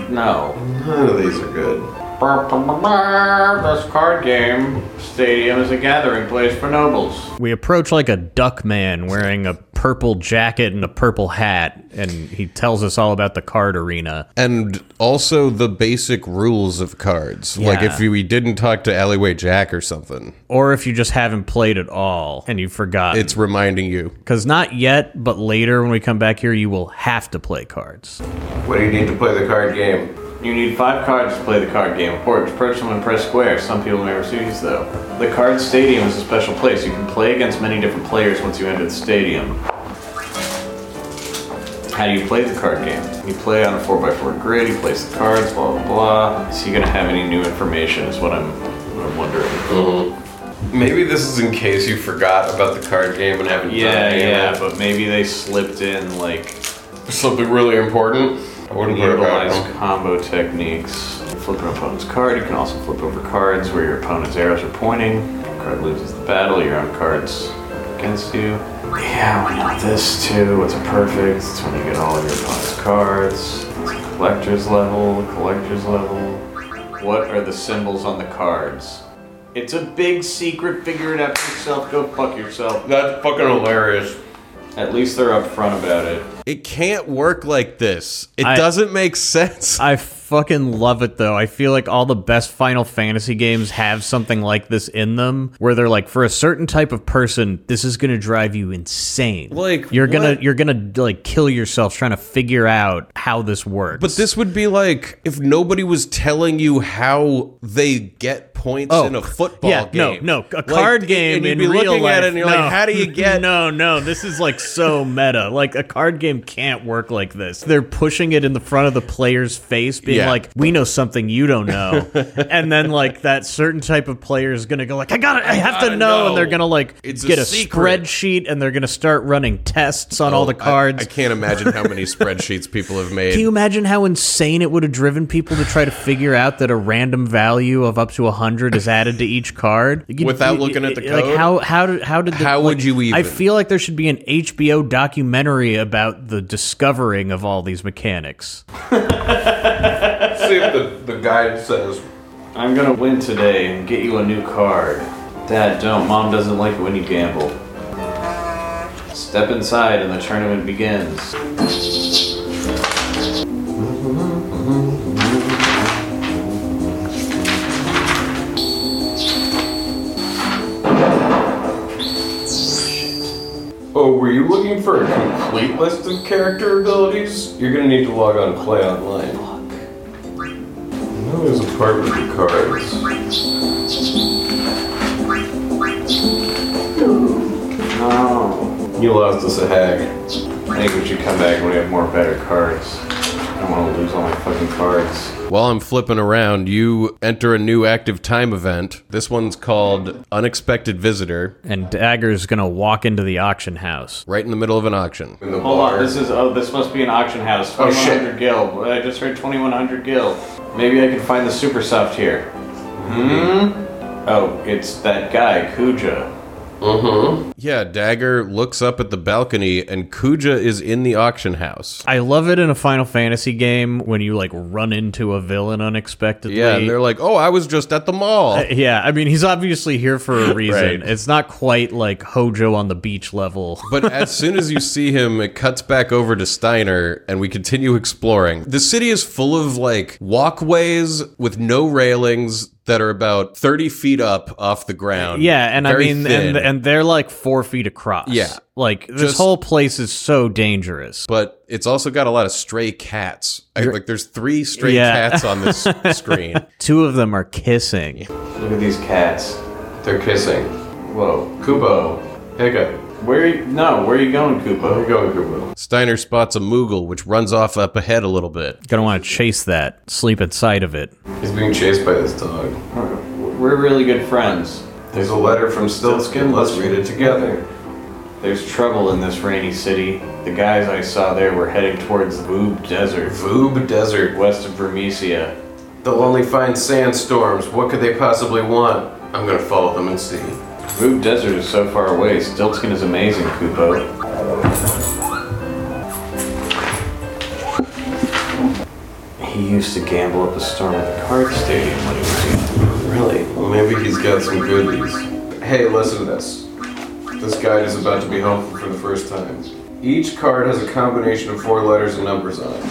[SPEAKER 5] No.
[SPEAKER 2] None of these are good.
[SPEAKER 5] Burp, burp, burp, burp. This card game stadium is a gathering place for nobles.
[SPEAKER 4] We approach like a duck man wearing a purple jacket and a purple hat, and he tells us all about the card arena.
[SPEAKER 3] And also the basic rules of cards. Like
[SPEAKER 4] Yeah.
[SPEAKER 3] if we didn't talk to Alleyway Jack or something,
[SPEAKER 4] or if you just haven't played at all and you forgot.
[SPEAKER 3] it's reminding you.
[SPEAKER 4] because not yet, but later when we come back here, you will have to play cards.
[SPEAKER 2] What do you need to play the card game?
[SPEAKER 5] You need five cards to play the card game. Of course, approach them and press square. Some people may refuse these, though. The card stadium is a special place. You can play against many different players once you enter the stadium. How do you play the card game? You play on a 4x4 grid, you place the cards, blah, blah, blah. Is he going to have any new information, is what I'm, what I'm wondering.
[SPEAKER 2] Maybe this is in case you forgot about the card game and haven't
[SPEAKER 5] Yeah,
[SPEAKER 2] done it.
[SPEAKER 5] yeah, but maybe they slipped in, like,
[SPEAKER 2] Something really important. I wouldn't put it
[SPEAKER 5] utilize
[SPEAKER 2] past them.
[SPEAKER 5] combo techniques. Flip an opponent's card. You can also flip over cards where your opponent's arrows are pointing. Card loses the battle. Your own cards against you. Yeah, we know this too. It's a perfect. It's when you get all of your opponent's cards. It's a collector's level. Collector's level. What are the symbols on the cards? It's a big secret. Figure it out for yourself. Go fuck yourself.
[SPEAKER 2] That's fucking hilarious.
[SPEAKER 5] At least they're upfront about it.
[SPEAKER 3] It can't work like this. It
[SPEAKER 4] I-
[SPEAKER 3] doesn't make sense.
[SPEAKER 4] I fucking love it though. I feel like all the best Final Fantasy games have something like this in them where they're like for a certain type of person, this is going to drive you insane.
[SPEAKER 3] Like,
[SPEAKER 4] you're going to
[SPEAKER 3] what?
[SPEAKER 4] you're going to like kill yourself trying to figure out how this works.
[SPEAKER 3] But this would be like if nobody was telling you how they get points
[SPEAKER 4] Oh,
[SPEAKER 3] in a football
[SPEAKER 4] yeah,
[SPEAKER 3] game.
[SPEAKER 4] No, no, a
[SPEAKER 3] Like,
[SPEAKER 4] card
[SPEAKER 3] and
[SPEAKER 4] game
[SPEAKER 3] you'd
[SPEAKER 4] in
[SPEAKER 3] be
[SPEAKER 4] real
[SPEAKER 3] looking
[SPEAKER 4] life.
[SPEAKER 3] at it and you're
[SPEAKER 4] no.
[SPEAKER 3] like, how do you get?
[SPEAKER 4] *laughs* No, no, this is like so meta. Like a card game can't work like this. They're pushing it in the front of the player's face, being
[SPEAKER 3] Yeah.
[SPEAKER 4] like, "We know something you don't
[SPEAKER 3] *laughs*
[SPEAKER 4] know," and then like that certain type of player is gonna go like, "I got it, I have to
[SPEAKER 3] gotta
[SPEAKER 4] know,"
[SPEAKER 3] know.
[SPEAKER 4] and they're gonna like
[SPEAKER 3] It's a
[SPEAKER 4] get a,
[SPEAKER 3] secret. Oh,
[SPEAKER 4] spreadsheet and they're gonna start running tests on all the
[SPEAKER 3] I-
[SPEAKER 4] cards.
[SPEAKER 3] I, can't imagine
[SPEAKER 4] *laughs*
[SPEAKER 3] how many spreadsheets people have made.
[SPEAKER 4] Can you imagine how insane it would have driven people to try to figure out that a random value of up to 100 is added to each card? Like, you-
[SPEAKER 3] Without
[SPEAKER 4] you-
[SPEAKER 3] looking at the
[SPEAKER 4] Like
[SPEAKER 3] code?
[SPEAKER 4] how how did how did the,
[SPEAKER 3] How would
[SPEAKER 4] like,
[SPEAKER 3] you even?
[SPEAKER 4] I feel like there should be an HBO documentary about the discovering of all these mechanics.
[SPEAKER 2] See if the, the guide says.
[SPEAKER 5] I'm gonna win today and get you a new card. Dad, don't. Mom doesn't like it when you gamble. Step inside and the tournament begins.
[SPEAKER 2] looking for a complete list of character abilities, you're gonna need to log on to Play Online. No, there's a part with the cards. No. Oh. You lost us a hag.
[SPEAKER 5] I think we should come back when we have more better cards. I don't want to lose all my fucking cards.
[SPEAKER 3] While I'm flipping around, you enter a new active time event. This one's called Unexpected Visitor,
[SPEAKER 4] And Dagger's gonna walk into the auction house.
[SPEAKER 3] right in the middle of an auction.
[SPEAKER 2] In the
[SPEAKER 5] Hold
[SPEAKER 2] bar.
[SPEAKER 5] on, this is oh, this must be an auction house.
[SPEAKER 2] Oh, shit.
[SPEAKER 5] 2100 Guild. What, I just heard 2100 Guild. Maybe I can find the super soft here. Hmm. Oh, it's that guy Kuja.
[SPEAKER 3] Yeah, Dagger looks up at the balcony, and Kuja is in the auction house.
[SPEAKER 4] I love it in a Final Fantasy game when you like run into a villain unexpectedly.
[SPEAKER 3] Yeah, and they're like, "Oh, I was just at the mall."
[SPEAKER 4] Yeah, I mean, he's obviously here for
[SPEAKER 3] *laughs*
[SPEAKER 4] a reason.
[SPEAKER 3] Right.
[SPEAKER 4] It's not quite like Hojo on the beach level.
[SPEAKER 3] But as soon as you see him, it cuts back over to Steiner and we continue exploring. The city is full of like walkways with no railings that are about 30 feet up off the ground.
[SPEAKER 4] Yeah, and I
[SPEAKER 3] Very
[SPEAKER 4] mean,
[SPEAKER 3] thin.
[SPEAKER 4] and, and they're like four feet across.
[SPEAKER 3] Yeah.
[SPEAKER 4] Like, this
[SPEAKER 3] Just-
[SPEAKER 4] whole place is so dangerous.
[SPEAKER 3] but it's also got a lot of stray cats. I, like there's three stray
[SPEAKER 4] Yeah.
[SPEAKER 3] cats on
[SPEAKER 4] *laughs*
[SPEAKER 3] this screen.
[SPEAKER 4] Two of them are kissing.
[SPEAKER 5] Look at these cats.
[SPEAKER 2] They're kissing.
[SPEAKER 5] Whoa,
[SPEAKER 2] Kubo. Hiccup.
[SPEAKER 5] where? Are you, no, where are you going,
[SPEAKER 2] Where you
[SPEAKER 5] Kubo?
[SPEAKER 2] going, Kubo?
[SPEAKER 3] Steiner spots a Moogle, which runs off up ahead a little bit.
[SPEAKER 4] Gonna want to chase that, sleep inside of it.
[SPEAKER 2] He's being chased by this dog.
[SPEAKER 5] We're really good friends.
[SPEAKER 2] There's a letter from Stiltskin. Let's read it together.
[SPEAKER 5] There's trouble in this rainy city. The guys I saw there were heading towards the Boob Desert,
[SPEAKER 2] Voob Desert.
[SPEAKER 5] west of Vermesia.
[SPEAKER 2] They'll only find sandstorms. What could they possibly want? I'm gonna follow them and see.
[SPEAKER 5] Boob Desert is so far away. Stiltskin is amazing, Kubo. He used to gamble up a storm at the card stadium when he was young.
[SPEAKER 2] Really? Well, maybe he's got some goodies. Hey, listen to this. This guide is about to be helpful for the first time. Each card has a combination of four letters and numbers on it.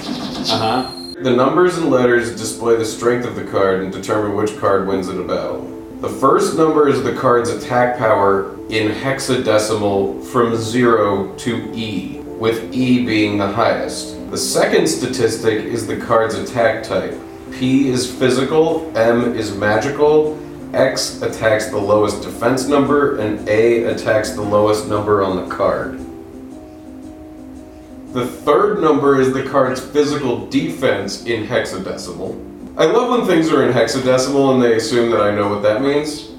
[SPEAKER 5] Uh huh.
[SPEAKER 2] The numbers and letters display the strength of the card and determine which card wins in a battle. The first number is the card's attack power in hexadecimal from 0 to E, with E being the highest. The second statistic is the card's attack type. P is physical, M is magical, X attacks the lowest defense number, and A attacks the lowest number on the card. The third number is the card's physical defense in hexadecimal. I love when things are in hexadecimal and they assume that I know what that means.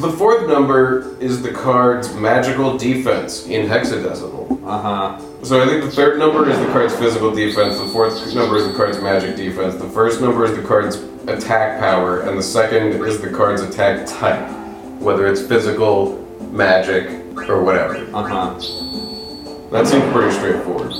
[SPEAKER 2] The fourth number is the card's magical defense in hexadecimal.
[SPEAKER 5] Uh huh.
[SPEAKER 2] So I think the third number is the card's physical defense, the fourth number is the card's magic defense, the first number is the card's attack power, and the second is the card's attack type, whether it's physical, magic, or whatever.
[SPEAKER 5] Uh huh.
[SPEAKER 2] That seems pretty straightforward.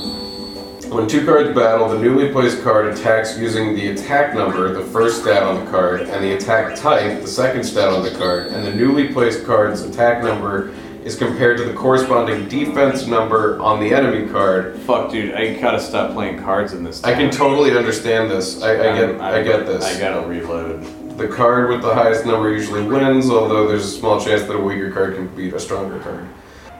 [SPEAKER 2] When two cards battle, the newly placed card attacks using the attack number, the first stat on the card, and the attack type, the second stat on the card, and the newly placed card's attack number is compared to the corresponding defense number on the enemy card.
[SPEAKER 5] Fuck, dude. I gotta stop playing cards in this.
[SPEAKER 2] I can totally understand this. I, I get,
[SPEAKER 5] I'm-
[SPEAKER 2] I get this.
[SPEAKER 5] I gotta reload.
[SPEAKER 2] The card with the highest number usually wins, although there's a small chance that a weaker card can beat a stronger card.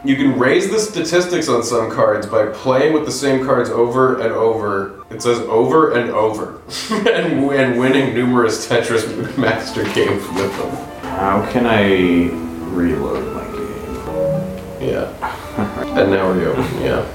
[SPEAKER 2] You can raise the statistics on some cards by playing with the same cards over and over. It says over and over, *laughs* and, and winning numerous Tetris *laughs* Master games with them.
[SPEAKER 5] How can I reload my game?
[SPEAKER 2] Yeah. And now we open, yeah.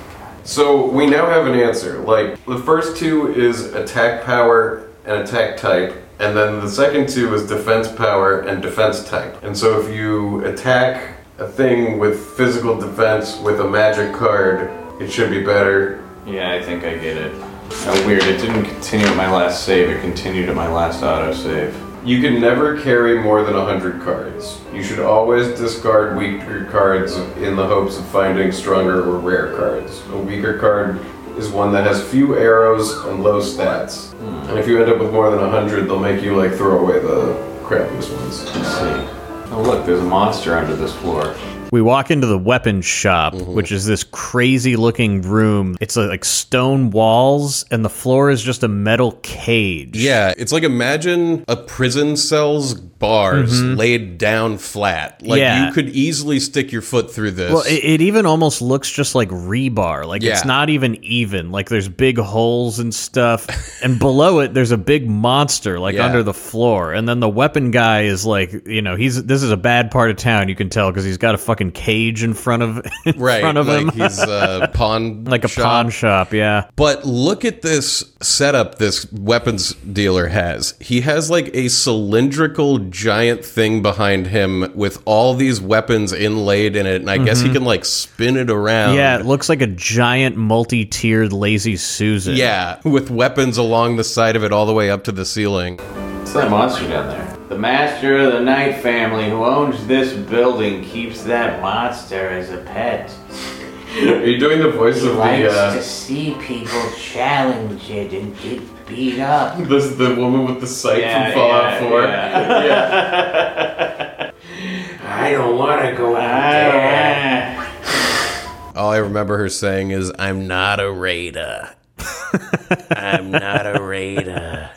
[SPEAKER 2] So we now have an answer. Like, the first two is attack power and attack type, and then the second two is defense power and defense type. And so if you attack a thing with physical defense with a magic card, it should be better.
[SPEAKER 5] Yeah, I think I get it. Oh, weird. It didn't continue at my last save. It continued at my last auto save.
[SPEAKER 2] You can never carry more than 100 cards. You should always discard weaker cards in the hopes of finding stronger or rare cards. A weaker card is one that has few arrows and low stats. And if you end up with more than 100, they'll make you like throw away the crappiest ones.
[SPEAKER 5] Let's see. Oh, look, there's a monster under this floor.
[SPEAKER 4] We walk into the weapon shop,
[SPEAKER 3] Mm-hmm.
[SPEAKER 4] which is this crazy looking room. It's uh, like stone walls, and the floor is just a metal cage.
[SPEAKER 3] Yeah, it's like imagine a prison cell's bars laid down flat.
[SPEAKER 4] Mm-hmm.
[SPEAKER 3] Like
[SPEAKER 4] Yeah.
[SPEAKER 3] you could easily stick your foot through this.
[SPEAKER 4] Well, it, it even almost looks just like rebar. Like it's
[SPEAKER 3] Yeah.
[SPEAKER 4] not even even. Like there's big holes and stuff.
[SPEAKER 3] *laughs*
[SPEAKER 4] and below it, there's a big monster like
[SPEAKER 3] Yeah.
[SPEAKER 4] under the floor. And then the weapon guy is like, you know, he's this is a bad part of town. You can tell because he's got a fucking cage in front of *laughs* in
[SPEAKER 3] right,
[SPEAKER 4] front of
[SPEAKER 3] like
[SPEAKER 4] him,
[SPEAKER 3] he's a
[SPEAKER 4] *laughs*
[SPEAKER 3] pawn
[SPEAKER 4] like a
[SPEAKER 3] shop.
[SPEAKER 4] pawn shop. Yeah.
[SPEAKER 3] But look at this setup this weapons dealer has. He has like a cylindrical giant thing behind him with all these weapons inlaid in it, and I guess he can like spin it around.
[SPEAKER 4] Mm-hmm. Yeah, it looks like a giant multi-tiered lazy Susan.
[SPEAKER 3] Yeah, with weapons along the side of it all the way up to the ceiling.
[SPEAKER 5] It's that monster down there. The master of the Knight family who owns this building keeps that monster as a pet.
[SPEAKER 2] Are you doing the voice of the
[SPEAKER 6] likes
[SPEAKER 2] uh,
[SPEAKER 6] to see people challenged and get beat up.
[SPEAKER 2] this the woman with the sight
[SPEAKER 5] Yeah,
[SPEAKER 2] from
[SPEAKER 5] yeah,
[SPEAKER 2] Fallout 4?
[SPEAKER 5] yeah.
[SPEAKER 6] I don't want to go out there.
[SPEAKER 5] Ah.
[SPEAKER 3] All I remember her saying is, I'm not a raider.
[SPEAKER 6] I'm not a raider.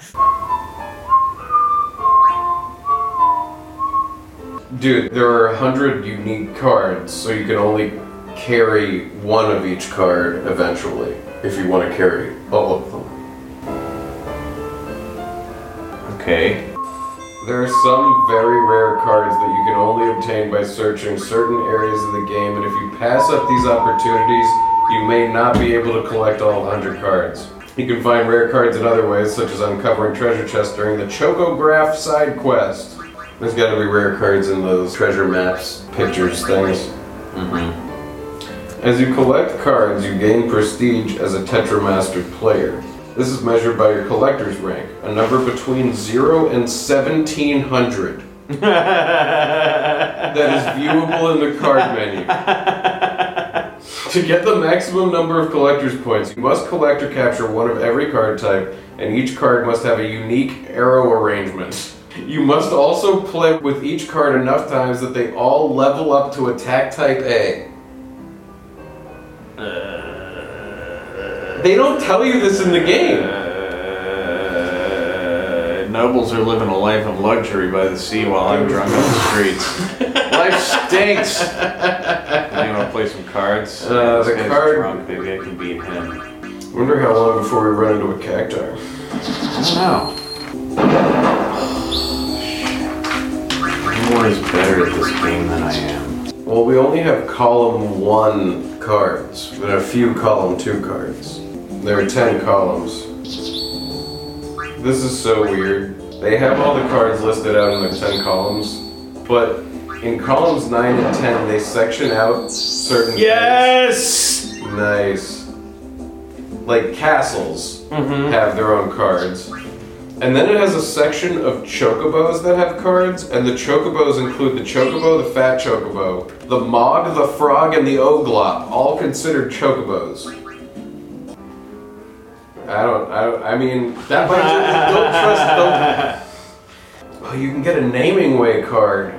[SPEAKER 2] Dude, there are a hundred unique cards, so you can only carry one of each card eventually, if you want to carry all of them.
[SPEAKER 5] Okay.
[SPEAKER 2] There are some very rare cards that you can only obtain by searching certain areas of the game, and if you pass up these opportunities, you may not be able to collect all 100 cards. You can find rare cards in other ways, such as uncovering treasure chests during the Chocograph side quest. There's gotta be rare cards in those treasure maps, pictures, things. As you collect cards, you gain prestige as a Tetramaster player. This is measured by your collector's rank, a number between 0 and 1700. that is viewable in the card menu. to get the maximum number of collector's points, you must collect or capture one of every card type, and each card must have a unique arrow arrangement. You must also play with each card enough times that they all level up to attack type A. They don't tell you this in the game.
[SPEAKER 5] Uh, nobles are living a life of luxury by the sea while I'm drunk on the
[SPEAKER 6] *laughs*
[SPEAKER 5] streets. life stinks! you want to play some cards?
[SPEAKER 2] Uh,
[SPEAKER 5] This
[SPEAKER 2] the
[SPEAKER 5] guy's
[SPEAKER 2] card-
[SPEAKER 5] drunk. Maybe I can beat him.
[SPEAKER 2] Wonder how long before we run into a cacti.
[SPEAKER 5] No. More is better at this game than I am.
[SPEAKER 2] Well, we only have column one cards, and a few column two cards. There are ten columns. This is so weird. They have all the cards listed out in their ten columns, but in columns nine and ten, they section out certain.
[SPEAKER 5] Yes!
[SPEAKER 2] Things. Nice. Like castles have their own cards. And then it has a section of chocobos that have cards, and the chocobos include the chocobo, the fat chocobo, the mog, the frog, and the oglop, all considered chocobos. I don't, I don't, I mean, that might just, don't *laughs* trust, don't. Oh, you can get a naming way card.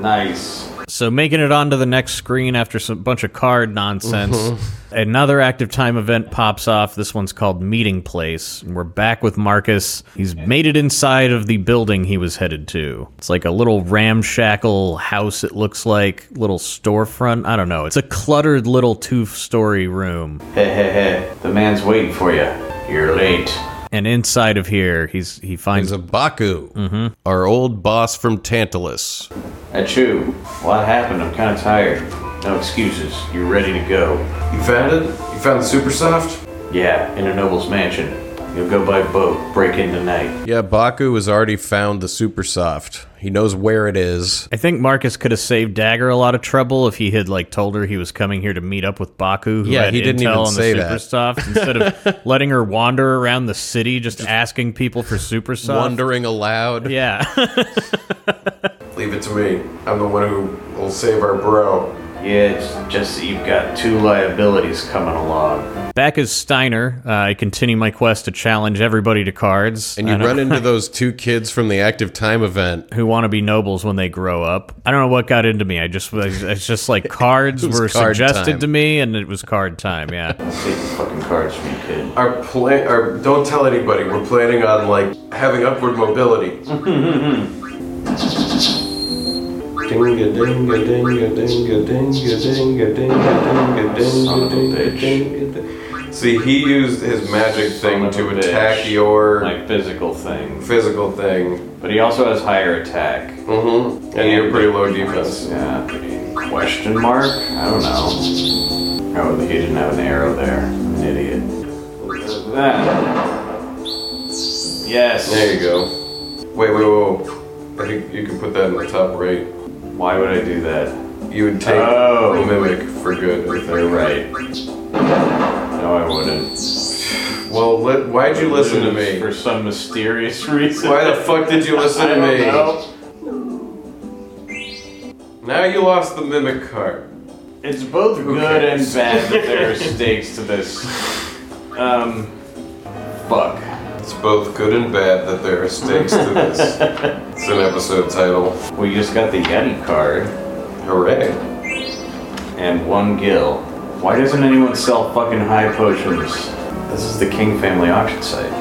[SPEAKER 5] Nice.
[SPEAKER 4] So making it onto the next screen after some bunch of card nonsense. Another active time event pops off. This one's called Meeting Place. And we're back with Marcus. He's made it inside of the building he was headed to. It's like a little ramshackle house, it looks like. Little storefront. I don't know. It's a cluttered little two story room.
[SPEAKER 5] Hey, hey, hey. The man's waiting for you. You're late.
[SPEAKER 4] And inside of here, he's he finds
[SPEAKER 3] He's a Baku,
[SPEAKER 5] Mm-hmm.
[SPEAKER 3] our old boss from Tantalus.
[SPEAKER 5] Achoo. A lot happened. I'm kind of tired. No excuses. You're ready to go.
[SPEAKER 2] You found it? You found the super soft?
[SPEAKER 5] Yeah, in a noble's mansion. You'll go by boat, break in tonight.
[SPEAKER 3] Yeah, Baku has already found the super soft. He knows where it is.
[SPEAKER 4] I think Marcus could have saved Dagger a lot of trouble if he had like told her he was coming here to meet up with Baku, who
[SPEAKER 3] Yeah,
[SPEAKER 4] had
[SPEAKER 3] he didn't
[SPEAKER 4] intel
[SPEAKER 3] even
[SPEAKER 4] on
[SPEAKER 3] say
[SPEAKER 4] the super
[SPEAKER 3] that.
[SPEAKER 4] soft, instead
[SPEAKER 3] *laughs*
[SPEAKER 4] of letting her wander around the city just asking people for super soft.
[SPEAKER 3] Wondering aloud.
[SPEAKER 4] Yeah, *laughs*
[SPEAKER 2] Leave it to me. I'm the one who will save our bro.
[SPEAKER 5] Yeah, Yeah, it's just that you've got two liabilities coming along.
[SPEAKER 4] Back as Steiner, uh, I continue my quest to challenge everybody to cards.
[SPEAKER 3] And you run into those two kids from the active time event.
[SPEAKER 4] who want to be nobles when they grow up. I don't know what got into me. I just was it's just
[SPEAKER 3] *laughs*
[SPEAKER 4] like cards
[SPEAKER 3] was
[SPEAKER 4] were
[SPEAKER 3] card
[SPEAKER 4] suggested
[SPEAKER 3] time.
[SPEAKER 4] to me and it was card time, yeah.
[SPEAKER 5] Let's take the fucking cards from you, kid.
[SPEAKER 2] Our plan. Our, don't tell anybody. We're planning on like having upward mobility.
[SPEAKER 5] *laughs*
[SPEAKER 2] Ding a ding a ding a ding a ding a ding a ding a ding a ding ding. See, he used his magic thing
[SPEAKER 5] of a
[SPEAKER 2] to
[SPEAKER 5] bitch.
[SPEAKER 2] attack your
[SPEAKER 5] Like physical things.
[SPEAKER 2] physical thing,
[SPEAKER 5] But he also has higher attack.
[SPEAKER 2] and you're pretty low defense.
[SPEAKER 5] Yeah. Question mark? I don't know. Oh, he didn't have an arrow there. An idiot. That. Yes.
[SPEAKER 2] There you go. Wait, wait, whoa. I think you can put that in the top right.
[SPEAKER 5] Why would I do that?
[SPEAKER 2] You would take
[SPEAKER 5] Oh.
[SPEAKER 2] the mimic for good. I
[SPEAKER 5] You're
[SPEAKER 2] think.
[SPEAKER 5] right. No, I wouldn't.
[SPEAKER 2] Well, let, why'd you listen to me?
[SPEAKER 5] For some mysterious *laughs* reason.
[SPEAKER 2] Why the fuck did you listen
[SPEAKER 5] I
[SPEAKER 2] to
[SPEAKER 5] don't
[SPEAKER 2] me?
[SPEAKER 5] know.
[SPEAKER 2] Now you lost the mimic card.
[SPEAKER 5] It's both good and bad that there are stakes to this. Um, fuck.
[SPEAKER 2] It's both good and bad that there are stakes to this. *laughs* It's an episode title.
[SPEAKER 5] We just got the Yeti card.
[SPEAKER 2] Hooray.
[SPEAKER 5] and one gill. Why doesn't anyone sell fucking high potions? This is the King family auction site.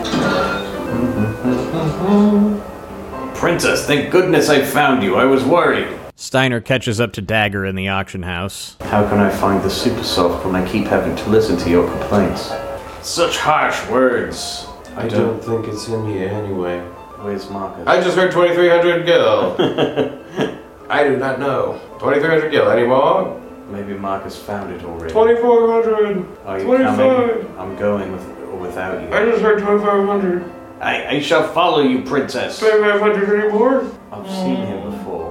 [SPEAKER 5] Princess, thank goodness I found you. I was worried.
[SPEAKER 4] Steiner catches up to Dagger in the auction house.
[SPEAKER 5] How can I find the super soft when I keep having to listen to your complaints? Such harsh words. I don't.
[SPEAKER 2] think it's in here anyway.
[SPEAKER 5] Where's Marcus?
[SPEAKER 2] I just heard 2300 *laughs* gil. I do not know. 2300 gil. Any more?
[SPEAKER 5] Maybe Marcus found it already.
[SPEAKER 2] 2400.
[SPEAKER 5] Are you
[SPEAKER 2] 25.
[SPEAKER 5] coming? I'm going with or without
[SPEAKER 2] I
[SPEAKER 5] you.
[SPEAKER 2] just heard 2500.
[SPEAKER 5] I, I shall follow you, princess.
[SPEAKER 2] 2500 anymore?
[SPEAKER 5] I've seen him before.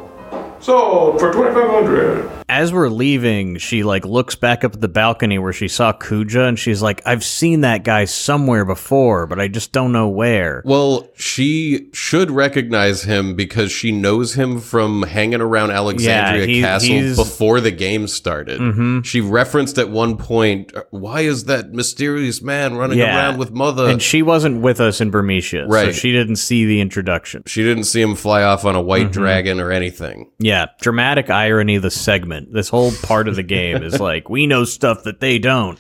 [SPEAKER 2] Sold for 2500.
[SPEAKER 4] As we're leaving, she like looks back up at the balcony where she saw Kuja and she's like, I've seen that guy somewhere before, but I just don't know where.
[SPEAKER 3] Well, she should recognize him because she knows him from hanging around Alexandria
[SPEAKER 4] Yeah, he-
[SPEAKER 3] Castle
[SPEAKER 4] he's- Mm-hmm.
[SPEAKER 3] before the game started. She referenced at one point, "Why is that mysterious man running
[SPEAKER 4] Yeah.
[SPEAKER 3] around with mother?"
[SPEAKER 4] and she wasn't with us in Bermesia, so
[SPEAKER 3] Uh, Right.
[SPEAKER 4] she didn't see the introduction.
[SPEAKER 3] she didn't see him fly off on a white
[SPEAKER 4] Mm-hmm.
[SPEAKER 3] dragon or anything.
[SPEAKER 4] Yeah, dramatic irony of the segment. This whole part of the game is like, we know stuff that they don't.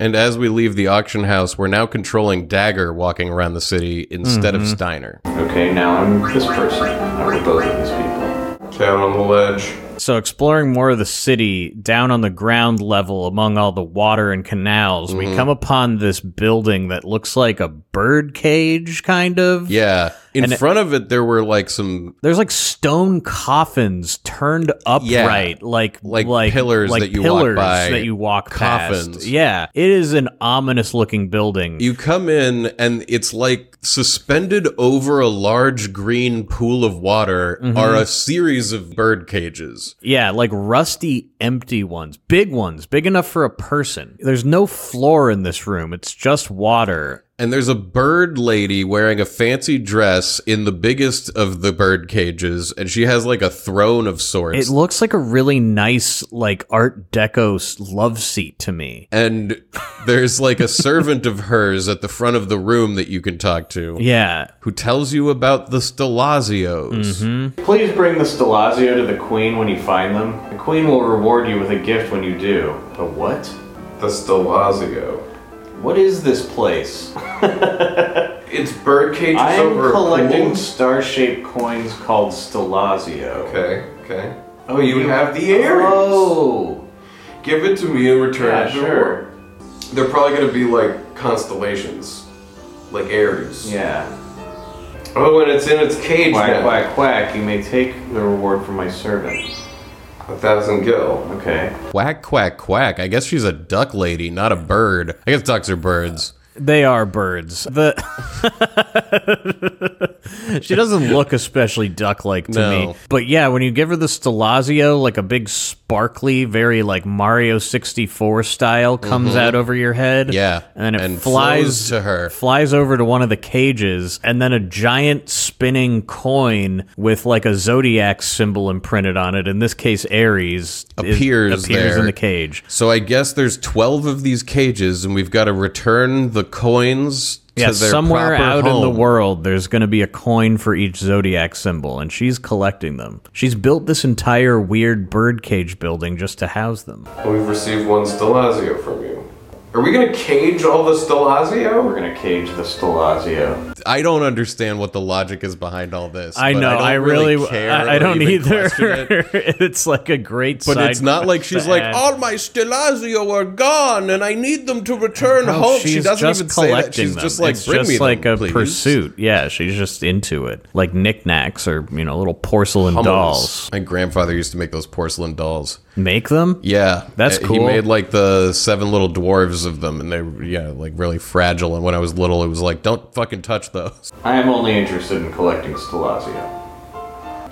[SPEAKER 3] And as we leave the auction house, we're now controlling Dagger walking around the city instead
[SPEAKER 4] Mm-hmm.
[SPEAKER 3] of Steiner.
[SPEAKER 5] Okay, now I'm this person. Now we're both of these people.
[SPEAKER 2] Down on the ledge.
[SPEAKER 4] So exploring more of the city down on the ground level among all the water and canals,
[SPEAKER 3] Mm-hmm.
[SPEAKER 4] we come upon this building that looks like a bird cage kind of.
[SPEAKER 3] Yeah. In
[SPEAKER 4] And it-
[SPEAKER 3] front of it, there were like some
[SPEAKER 4] There's like stone coffins turned upright, like
[SPEAKER 3] Like pillars
[SPEAKER 4] like
[SPEAKER 3] that you walk
[SPEAKER 4] pillars
[SPEAKER 3] by.
[SPEAKER 4] that you walk past.
[SPEAKER 3] Coffins.
[SPEAKER 4] Yeah, it is an ominous looking building.
[SPEAKER 3] You come in and it's like suspended over a large green pool of water are a series of bird cages.
[SPEAKER 4] Yeah, like rusty, empty ones. Big ones, big enough for a person. There's no floor in this room, it's just water.
[SPEAKER 3] And there's a bird lady wearing a fancy dress in the biggest of the bird cages and she has like a throne of sorts.
[SPEAKER 4] It looks like a really nice, like Art Deco s- love seat to me.
[SPEAKER 3] and there's like a servant of hers at the front of the room that you can talk to
[SPEAKER 4] Yeah.
[SPEAKER 3] who tells you about the Stalazios.
[SPEAKER 5] Please bring the Stelazio to the Queen when you find them. The Queen will reward you with a gift when you do. But what?
[SPEAKER 2] The Stelazio.
[SPEAKER 5] What is this place?
[SPEAKER 2] It's bird cages
[SPEAKER 5] I'm
[SPEAKER 2] over a
[SPEAKER 5] collecting
[SPEAKER 2] pool.
[SPEAKER 5] star-shaped coins called Stelazio.
[SPEAKER 2] Okay, okay. Oh, you have the earrings.
[SPEAKER 5] Oh,
[SPEAKER 2] Give it to me in return.
[SPEAKER 5] yeah, sure.
[SPEAKER 2] They're probably gonna be like constellations, like Aries.
[SPEAKER 5] Yeah.
[SPEAKER 2] Oh, and it's in its cage
[SPEAKER 5] Quack,
[SPEAKER 2] now.
[SPEAKER 5] quack, quack. You may take the reward from my servant.
[SPEAKER 2] A thousand gil.
[SPEAKER 5] Okay.
[SPEAKER 3] Quack, quack, quack. I guess she's a duck lady, not a bird. I guess ducks are birds.
[SPEAKER 4] They are birds. The *laughs* She doesn't look especially duck like to
[SPEAKER 3] No.
[SPEAKER 4] me. But yeah, when you give her the Stelazio, like a big sparkly, very like Mario 64 style comes out over your head.
[SPEAKER 3] Mm-hmm. Yeah,
[SPEAKER 4] And it
[SPEAKER 3] and
[SPEAKER 4] flies
[SPEAKER 3] flows to her.
[SPEAKER 4] Flies over to one of the cages and then a giant spinning coin with like a zodiac symbol imprinted on it. In this case, Aries is-
[SPEAKER 3] Appears
[SPEAKER 4] appears
[SPEAKER 3] there.
[SPEAKER 4] in the cage.
[SPEAKER 3] So I guess there's 12 of these cages, and we've got to return the coins to
[SPEAKER 4] Yeah,
[SPEAKER 3] their
[SPEAKER 4] somewhere
[SPEAKER 3] proper
[SPEAKER 4] out in the
[SPEAKER 3] home.
[SPEAKER 4] world, there's going to be a coin for each zodiac symbol, and she's collecting them. She's built this entire weird birdcage building just to house them.
[SPEAKER 2] We've received one Stelazio from you. Are we gonna cage all the Stelazio?
[SPEAKER 5] We're gonna cage the Stelazio.
[SPEAKER 3] I don't understand what the logic is behind all this.
[SPEAKER 4] I
[SPEAKER 3] but
[SPEAKER 4] know.
[SPEAKER 3] don't
[SPEAKER 4] I, really.
[SPEAKER 3] care
[SPEAKER 4] I, I
[SPEAKER 3] or
[SPEAKER 4] don't
[SPEAKER 3] even
[SPEAKER 4] either.
[SPEAKER 3] question
[SPEAKER 4] *laughs*
[SPEAKER 3] it.
[SPEAKER 4] it's like a great.
[SPEAKER 3] But
[SPEAKER 4] side
[SPEAKER 3] it's
[SPEAKER 4] *laughs*
[SPEAKER 3] not like
[SPEAKER 4] quest
[SPEAKER 3] she's
[SPEAKER 4] to
[SPEAKER 3] like,
[SPEAKER 4] add.
[SPEAKER 3] all my Stelazio are gone, and I need them to return
[SPEAKER 4] No,
[SPEAKER 3] home. She
[SPEAKER 4] Oh, she's
[SPEAKER 3] doesn't
[SPEAKER 4] just
[SPEAKER 3] even say that.
[SPEAKER 4] collecting
[SPEAKER 3] She's
[SPEAKER 4] them.
[SPEAKER 3] just like,
[SPEAKER 4] it's
[SPEAKER 3] bring
[SPEAKER 4] just
[SPEAKER 3] me
[SPEAKER 4] like
[SPEAKER 3] them,
[SPEAKER 4] a
[SPEAKER 3] please."
[SPEAKER 4] pursuit. Yeah, she's just into it, like knickknacks or you know little porcelain dolls.
[SPEAKER 3] My grandfather used to make those porcelain dolls.
[SPEAKER 4] Make them.
[SPEAKER 3] Yeah,
[SPEAKER 4] That's
[SPEAKER 3] Uh, He
[SPEAKER 4] cool.
[SPEAKER 3] made like the seven little dwarves of them, and they were yeah like really fragile. And when I was little, it was like, don't fucking touch those.
[SPEAKER 5] I am only interested in collecting Stelazio.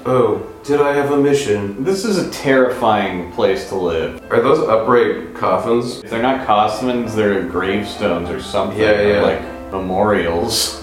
[SPEAKER 2] Oh, did I have a mission?
[SPEAKER 5] This is a terrifying place to live.
[SPEAKER 2] Are those upright coffins?
[SPEAKER 5] If they're not coffins, they're gravestones or something.
[SPEAKER 2] Yeah,
[SPEAKER 5] They're
[SPEAKER 2] yeah.
[SPEAKER 5] Like memorials. *laughs*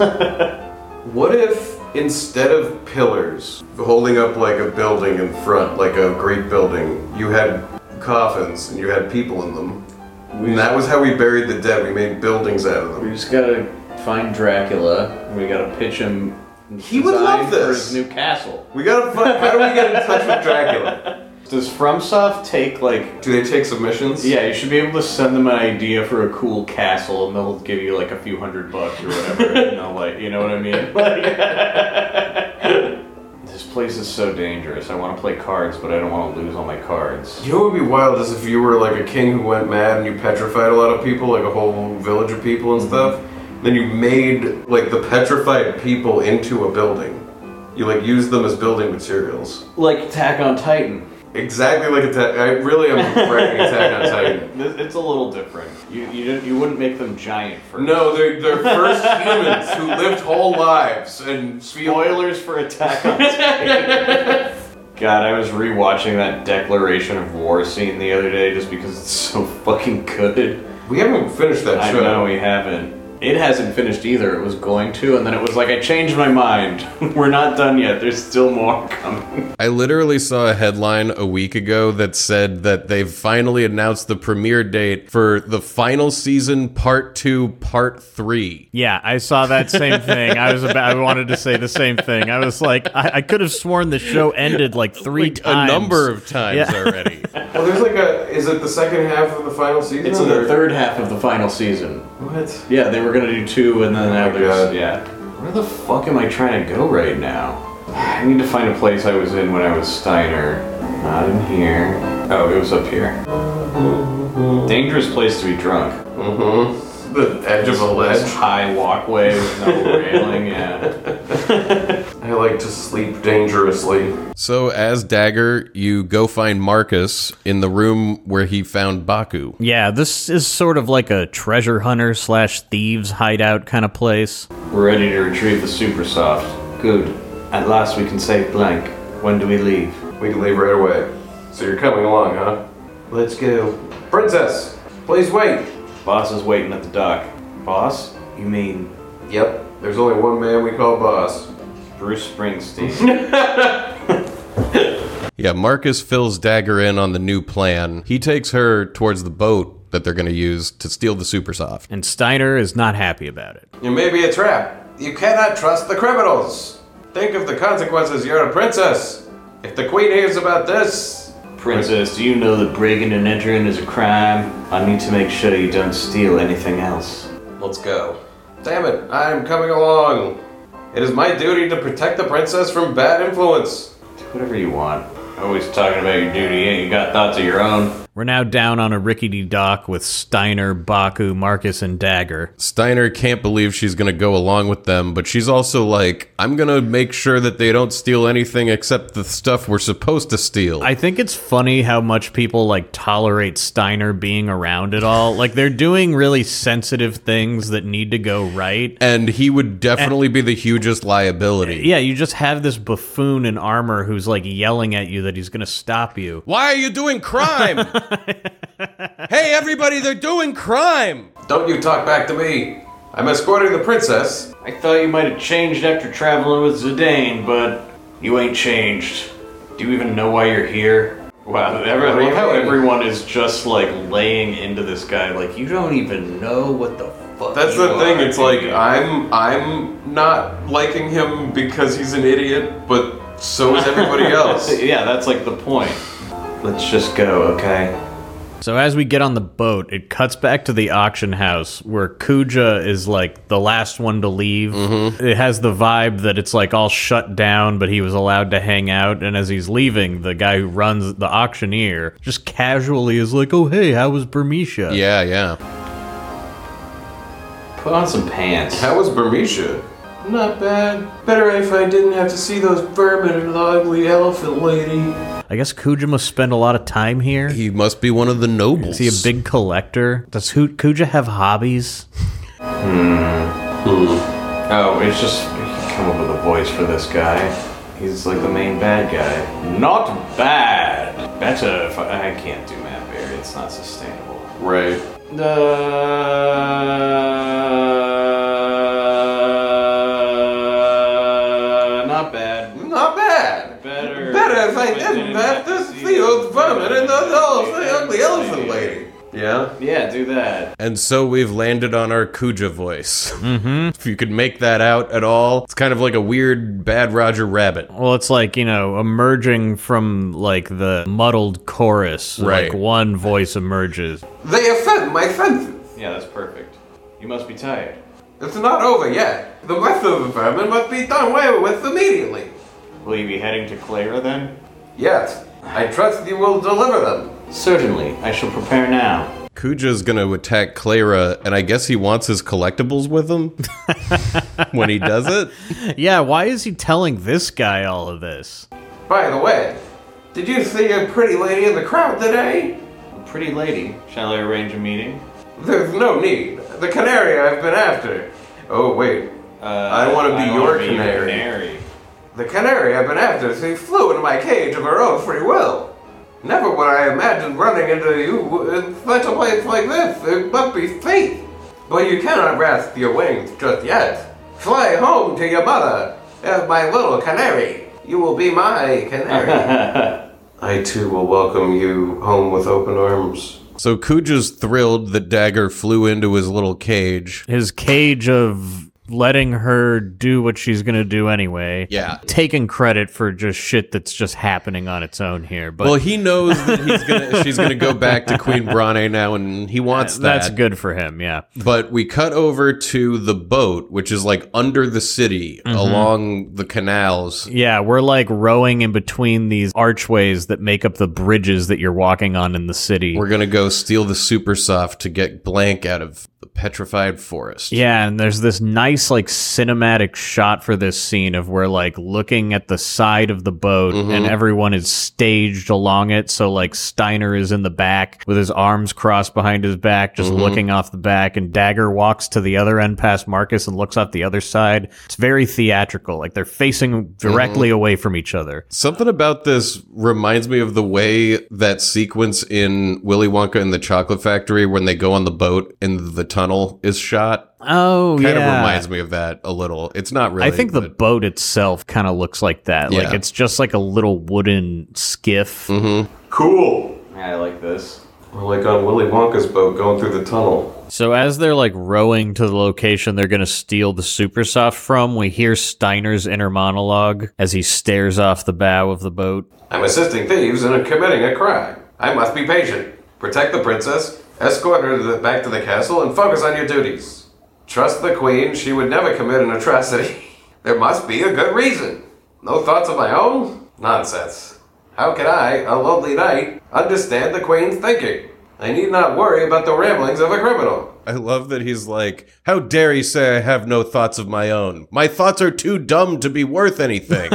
[SPEAKER 2] What if instead of pillars holding up like a building in front, like a great building, you had coffins and you had people in them? And that was how we buried the dead. We made buildings out of
[SPEAKER 5] We
[SPEAKER 2] them.
[SPEAKER 5] just gotta find Dracula, and we gotta pitch him.
[SPEAKER 2] He would love
[SPEAKER 5] design for
[SPEAKER 2] this.
[SPEAKER 5] his new castle.
[SPEAKER 2] We gotta find. How do we get in touch with Dracula?
[SPEAKER 5] Does FromSoft take like?
[SPEAKER 2] Do they take submissions?
[SPEAKER 5] Yeah, you should be able to send them an idea for a cool castle, and they'll give you like a few hundred bucks or
[SPEAKER 2] *laughs*
[SPEAKER 5] whatever, and they'll like, *laughs* you know what I mean? Like- this place is so dangerous. I want to play cards, but I don't want to lose all my cards.
[SPEAKER 2] You know what would be wild is if you were like a king who went mad and you petrified a lot of people, like a whole village of people and stuff. Then you made like the petrified people into a building. You like used them as building materials.
[SPEAKER 5] Like Attack on Titan.
[SPEAKER 2] Exactly like Attack. I really am writing Attack on Titan.
[SPEAKER 5] This- It's a little different. You you, didn't- you wouldn't make them giant first.
[SPEAKER 2] No, they're, they're first
[SPEAKER 5] *laughs*
[SPEAKER 2] humans who lived whole lives and feel.
[SPEAKER 5] Spoilers for Attack on *laughs* Titan. God, I was rewatching that Declaration of War scene the other day just because it's so fucking good.
[SPEAKER 2] We haven't finished that
[SPEAKER 5] I
[SPEAKER 2] show.
[SPEAKER 5] know we haven't. It hasn't finished either. It was going to, and then it was like, I changed my mind. *laughs* We're not done yet. There's still more coming.
[SPEAKER 3] I literally saw a headline a week ago that said that they've finally announced the premiere date for the final season, part two, part three.
[SPEAKER 4] Yeah, I saw that same thing. I was about, I wanted to say the same thing. I was like, I, I could have sworn the show ended like three
[SPEAKER 3] Like,
[SPEAKER 4] times.
[SPEAKER 3] a number of times
[SPEAKER 4] Yeah.
[SPEAKER 3] already.
[SPEAKER 4] *laughs*
[SPEAKER 2] Well, there's like a. Is it the second half of the final season?
[SPEAKER 5] It's in the
[SPEAKER 2] or-
[SPEAKER 5] third half of the final season. Oh
[SPEAKER 2] What?
[SPEAKER 5] Yeah, they were gonna do two, and then now
[SPEAKER 2] my
[SPEAKER 5] there's
[SPEAKER 2] God.
[SPEAKER 5] yeah. Where the fuck am I trying to go right now? I need to find a place I was in when I was Steiner. Not in here. Oh, it was up here. Dangerous place to be drunk.
[SPEAKER 2] The edge of a
[SPEAKER 5] This
[SPEAKER 2] ledge.
[SPEAKER 5] high walkway with no railing. Yeah.
[SPEAKER 2] I like to sleep dangerously.
[SPEAKER 3] so, as Dagger, you go find Marcus in the room where he found Baku.
[SPEAKER 4] Yeah, this is sort of like a treasure hunter slash thieves hideout kind of place.
[SPEAKER 5] We're ready to retrieve the super soft. Good. At last we can say blank. When do we leave?
[SPEAKER 2] We can leave right away. So you're coming along, huh? Let's go. Princess, please wait.
[SPEAKER 5] Boss is waiting at the dock. Boss? You mean
[SPEAKER 2] Yep. There's only one man we call boss.
[SPEAKER 5] Bruce Springsteen?
[SPEAKER 3] Yeah, Marcus fills Dagger in on the new plan. He takes her towards the boat that they're going to use to steal the super soft.
[SPEAKER 4] And Steiner is not happy about it.
[SPEAKER 2] You may be a trap. You cannot trust the criminals. Think of the consequences. You're a princess. If the queen hears about this,
[SPEAKER 5] Princess, do you know that breaking and entering is a crime? I need to make sure you don't steal anything else.
[SPEAKER 2] let's go. Damn it, I'm coming along. It is my duty to protect the princess from bad influence.
[SPEAKER 5] Do whatever you want. Always talking about your duty, ain't you got thoughts of your own?
[SPEAKER 4] We're now down on a rickety dock with Steiner, Baku, Marcus, and Dagger.
[SPEAKER 3] Steiner can't believe she's going to go along with them, but she's also like, I'm going to make sure that they don't steal anything except the stuff we're supposed to steal.
[SPEAKER 4] I think it's funny how much people like tolerate Steiner being around at all. Like they're doing really sensitive things that need to go right.
[SPEAKER 3] and he would definitely be the hugest liability.
[SPEAKER 4] Yeah, you just have this buffoon in armor who's like yelling at you that he's going to stop you.
[SPEAKER 3] Why are you doing
[SPEAKER 4] *laughs*
[SPEAKER 3] crime? hey, everybody, they're doing crime.
[SPEAKER 2] Don't you talk back to me. I'm escorting the princess.
[SPEAKER 5] I thought you might have changed after traveling with Zidane, but you ain't changed. Do you even know why you're here? Wow, every, I love how everyone is just like laying into this guy. Like you don't even know what the fuck.
[SPEAKER 2] That's
[SPEAKER 5] you
[SPEAKER 2] the thing.
[SPEAKER 5] are,
[SPEAKER 2] It's like
[SPEAKER 5] dude.
[SPEAKER 2] I'm I'm not liking him because he's an idiot, but so
[SPEAKER 4] *laughs*
[SPEAKER 2] is everybody else.
[SPEAKER 5] yeah, that's like the point. Let's just go, okay?
[SPEAKER 4] So as we get on the boat, it cuts back to the auction house where Kuja is like the last one to leave.
[SPEAKER 5] Mm-hmm.
[SPEAKER 4] It has the vibe that it's like all shut down, but he was allowed to hang out. And as he's leaving, the guy who runs the auctioneer just casually is like, "Oh hey, how was Bermesia?"
[SPEAKER 3] Yeah, yeah.
[SPEAKER 5] Put on some pants.
[SPEAKER 2] How was Bermesia? Not bad. Better if I didn't have to see those vermin and the ugly elephant lady.
[SPEAKER 4] I guess Kuja must spend a lot of time here.
[SPEAKER 3] He must be one of the nobles.
[SPEAKER 4] Is he a big collector? Does Hu- Kuja have hobbies?
[SPEAKER 5] Oh, it's just come up with a voice for this guy. He's like the main bad guy. Not bad. Better. If I, I can't do Matt Berry. It's not sustainable.
[SPEAKER 2] Right.
[SPEAKER 5] Uh, not bad.
[SPEAKER 2] Not bad.
[SPEAKER 5] Better.
[SPEAKER 2] Better if I didn't have to see those vermin and those elephant, the ugly elephant lady. Yeah.
[SPEAKER 5] Yeah, do that.
[SPEAKER 3] And so we've landed on our Kuja voice. Mm-hmm. *laughs* if you could make that out at all, it's kind of like a weird Bad Roger Rabbit.
[SPEAKER 4] Well, it's like, you know, emerging from like the muddled chorus.
[SPEAKER 3] Right.
[SPEAKER 4] Like one voice emerges.
[SPEAKER 2] They offend my senses.
[SPEAKER 5] Yeah, that's perfect. You must be tired.
[SPEAKER 2] It's not over yet. The rest of the vermin must be done away with immediately.
[SPEAKER 5] Will you be heading to Clara then?
[SPEAKER 2] Yes. I trust you will deliver them.
[SPEAKER 5] Certainly. I shall prepare now.
[SPEAKER 3] Kuja's gonna attack Clara, and I guess he wants his collectibles with him
[SPEAKER 4] *laughs*
[SPEAKER 3] when he does it.
[SPEAKER 4] Yeah, why is he telling this guy all of this?
[SPEAKER 2] By the way, did you see a pretty lady in the crowd today?
[SPEAKER 5] Pretty lady, shall I arrange a meeting?
[SPEAKER 2] There's no need. The canary I've been after. Oh, wait.
[SPEAKER 5] Uh,
[SPEAKER 2] I wanna be
[SPEAKER 5] wanna
[SPEAKER 2] your
[SPEAKER 5] be
[SPEAKER 2] canary. The canary I've been after, she flew into my cage of her own free will. Never would I imagine running into you in such a place like this. It must be fate. But you cannot rest your wings just yet. Fly home to your mother, as my little canary. You will be my canary. *laughs* I too will welcome you home with open arms.
[SPEAKER 3] So Kuja's thrilled that Dagger flew into his little cage.
[SPEAKER 4] His cage of letting her do what she's going to do anyway.
[SPEAKER 3] Yeah.
[SPEAKER 4] Taking credit for just shit that's just happening on its own here. But
[SPEAKER 3] Well, he knows that
[SPEAKER 4] *laughs*
[SPEAKER 3] he's gonna she's gonna go back to Queen Brane now, and he wants that.
[SPEAKER 4] that's good for him, yeah.
[SPEAKER 3] But we cut over to the boat, which is like under the city
[SPEAKER 4] Mm-hmm.
[SPEAKER 3] along the canals.
[SPEAKER 4] Yeah, we're like rowing in between these archways that make up the bridges that you're walking on in the city.
[SPEAKER 3] We're gonna go steal the super soft to get blank out of the petrified forest.
[SPEAKER 4] Yeah, and there's this nice like cinematic shot for this scene of where like looking at the side of the boat
[SPEAKER 3] Mm-hmm.
[SPEAKER 4] and everyone is staged along it. So like Steiner is in the back with his arms crossed behind his back,
[SPEAKER 3] Mm-hmm.
[SPEAKER 4] just looking off the back, and Dagger walks to the other end past Marcus and looks off the other side. It's very theatrical. Like they're facing directly
[SPEAKER 3] Mm-hmm.
[SPEAKER 4] away from each other.
[SPEAKER 3] Something about this reminds me of the way that sequence in Willy Wonka and the Chocolate Factory when they go on the boat and the tunnel is shot.
[SPEAKER 4] Oh
[SPEAKER 3] Kind
[SPEAKER 4] yeah.
[SPEAKER 3] of reminds me of that a little. It's not really.
[SPEAKER 4] I think the
[SPEAKER 3] but-
[SPEAKER 4] boat itself kind of looks like that.
[SPEAKER 3] Yeah.
[SPEAKER 4] Like it's just like a little wooden skiff.
[SPEAKER 2] Cool.
[SPEAKER 5] Yeah, I like this.
[SPEAKER 2] Like on Willy Wonka's boat going through the tunnel.
[SPEAKER 4] So as they're like rowing to the location they're going to steal the super soft from, we hear Steiner's inner monologue as he stares off the bow of the boat.
[SPEAKER 2] I'm assisting thieves in committing a crime. I must be patient. Protect the princess, escort her to the, back to the castle, and focus on your duties. Trust the queen, she would never commit an atrocity. *laughs* there must be a good reason. No thoughts of my own? Nonsense. How can I, a lonely knight, understand the queen's thinking? I need not worry about the ramblings of a criminal.
[SPEAKER 3] I love that he's like, "How dare you say I have no thoughts of my own? My thoughts are too dumb to be worth anything."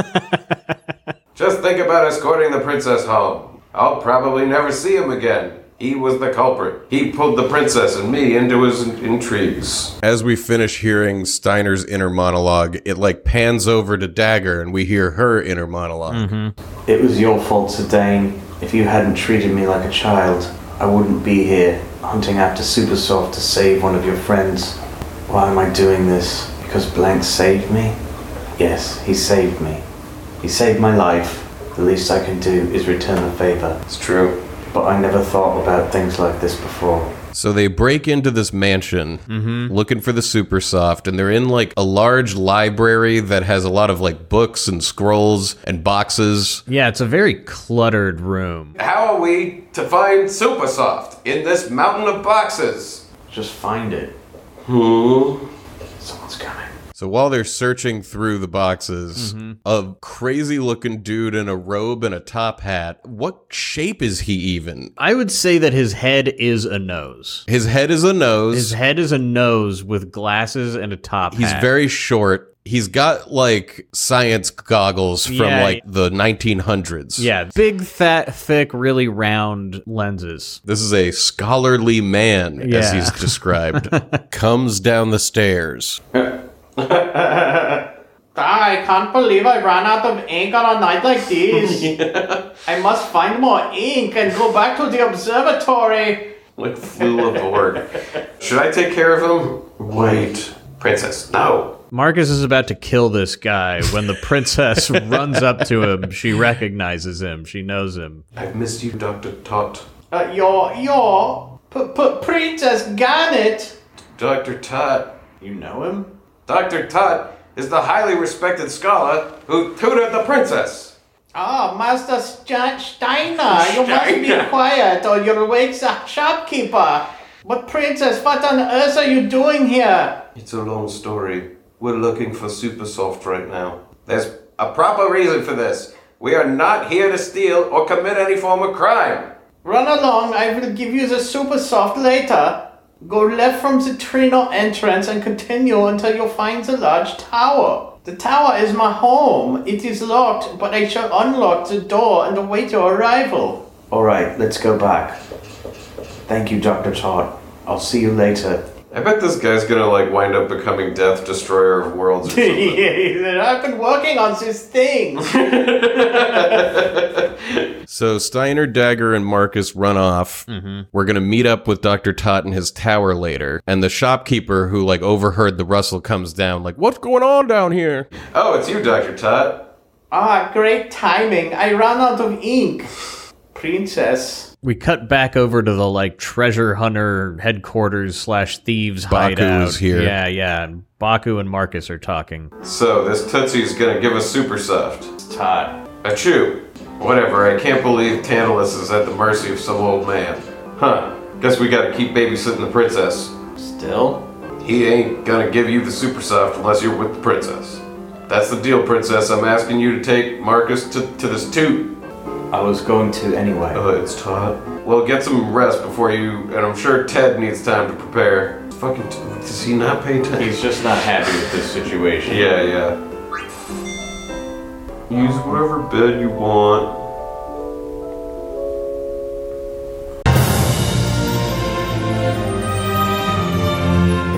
[SPEAKER 2] Just think about escorting the princess home. I'll probably never see him again. He was the culprit. He pulled the princess and me into his in- intrigues.
[SPEAKER 3] As we finish hearing Steiner's inner monologue, it like pans over to Dagger and we hear her inner monologue.
[SPEAKER 5] It was your fault, Zidane. If you hadn't treated me like a child, I wouldn't be here hunting after Supersoft to save one of your friends. Why am I doing this? Because Blank saved me? Yes, he saved me. He saved my life. The least I can do is return the favor. It's true. But I never thought about things like this before.
[SPEAKER 3] So they break into this mansion
[SPEAKER 4] Mm-hmm.
[SPEAKER 3] looking for the super soft, and they're in like a large library that has a lot of like books and scrolls and boxes.
[SPEAKER 4] Yeah, it's a very cluttered room.
[SPEAKER 2] How are we to find Supersoft in this mountain of boxes?
[SPEAKER 5] Just find it. Someone's coming.
[SPEAKER 3] So while they're searching through the boxes,
[SPEAKER 4] Mm-hmm.
[SPEAKER 3] a crazy looking dude in a robe and a top hat. What shape is he even?
[SPEAKER 4] I would say that his head is a nose.
[SPEAKER 3] His head is a nose.
[SPEAKER 4] His head is a nose with glasses and a top
[SPEAKER 3] He's
[SPEAKER 4] hat.
[SPEAKER 3] very short. He's got like science goggles from
[SPEAKER 4] Yeah.
[SPEAKER 3] like the 1900s.
[SPEAKER 4] yeah, big, fat, thick, really round lenses.
[SPEAKER 3] This is a scholarly man, as
[SPEAKER 4] Yeah.
[SPEAKER 3] he's described, comes down the stairs.
[SPEAKER 7] I can't believe I ran out of ink on a night
[SPEAKER 3] *laughs*
[SPEAKER 7] like this. I must find more ink and go back to the observatory.
[SPEAKER 5] Like flew aboard.
[SPEAKER 2] Should I take care of him? Wait. Princess, no.
[SPEAKER 4] Marcus is about to kill this guy when the princess
[SPEAKER 3] *laughs*
[SPEAKER 4] runs up to him. She recognizes him. She knows him.
[SPEAKER 2] I've missed you, Dr. Tot.
[SPEAKER 7] Uh, your your p- p- princess Garnet.
[SPEAKER 2] Dr. Tot.
[SPEAKER 5] you know him?
[SPEAKER 2] Dr. Tot is the highly respected scholar who tutored the princess.
[SPEAKER 7] Ah, Master Sta- Steiner, you must be quiet or you'll wake the shopkeeper. But princess, what on earth are you doing here?
[SPEAKER 2] It's a long story. We're looking for Supersoft right now. There's a proper reason for this. We are not here to steal or commit any form of crime.
[SPEAKER 7] Run along, I will give you the super soft later. Go left from the Trino entrance and continue until you find the large tower. The tower is my home. It is locked, but I shall unlock the door and await your arrival.
[SPEAKER 5] Alright, let's go back. Thank you, Dr. Todd. I'll see you later.
[SPEAKER 2] I bet this guy's gonna like wind up becoming Death Destroyer of Worlds or something.
[SPEAKER 7] *laughs* I've been working on this thing.
[SPEAKER 3] So Steiner, Dagger, and Marcus run off. We're gonna meet up with Doctor Tot in his tower later, and the shopkeeper who like overheard the rustle comes down, like, "What's going on down here?"
[SPEAKER 2] oh, it's you, Dr. Tot.
[SPEAKER 7] ah, great timing. I ran out of ink. Princess.
[SPEAKER 4] We cut back over to the like treasure hunter headquarters slash thieves
[SPEAKER 3] Baku
[SPEAKER 4] hideout.
[SPEAKER 3] is here.
[SPEAKER 4] Yeah, yeah. And Baku and Marcus are talking.
[SPEAKER 2] So, this Tootsie's gonna give us Supersoft.
[SPEAKER 5] It's Todd.
[SPEAKER 2] Achoo. Whatever, I can't believe Tantalus is at the mercy of some old man. Huh. Guess we gotta keep babysitting the princess.
[SPEAKER 5] Still?
[SPEAKER 2] He ain't gonna give you the super soft unless you're with the princess. That's the deal, princess. I'm asking you to take Marcus to, to this toot.
[SPEAKER 5] I was going to anyway.
[SPEAKER 2] Uh, it's Todd. Well, get some rest before you, and I'm sure Ted needs time to prepare. Fucking, t- does he not pay attention?
[SPEAKER 5] He's just not happy with this situation.
[SPEAKER 2] Yeah, yeah. Use whatever bed you want.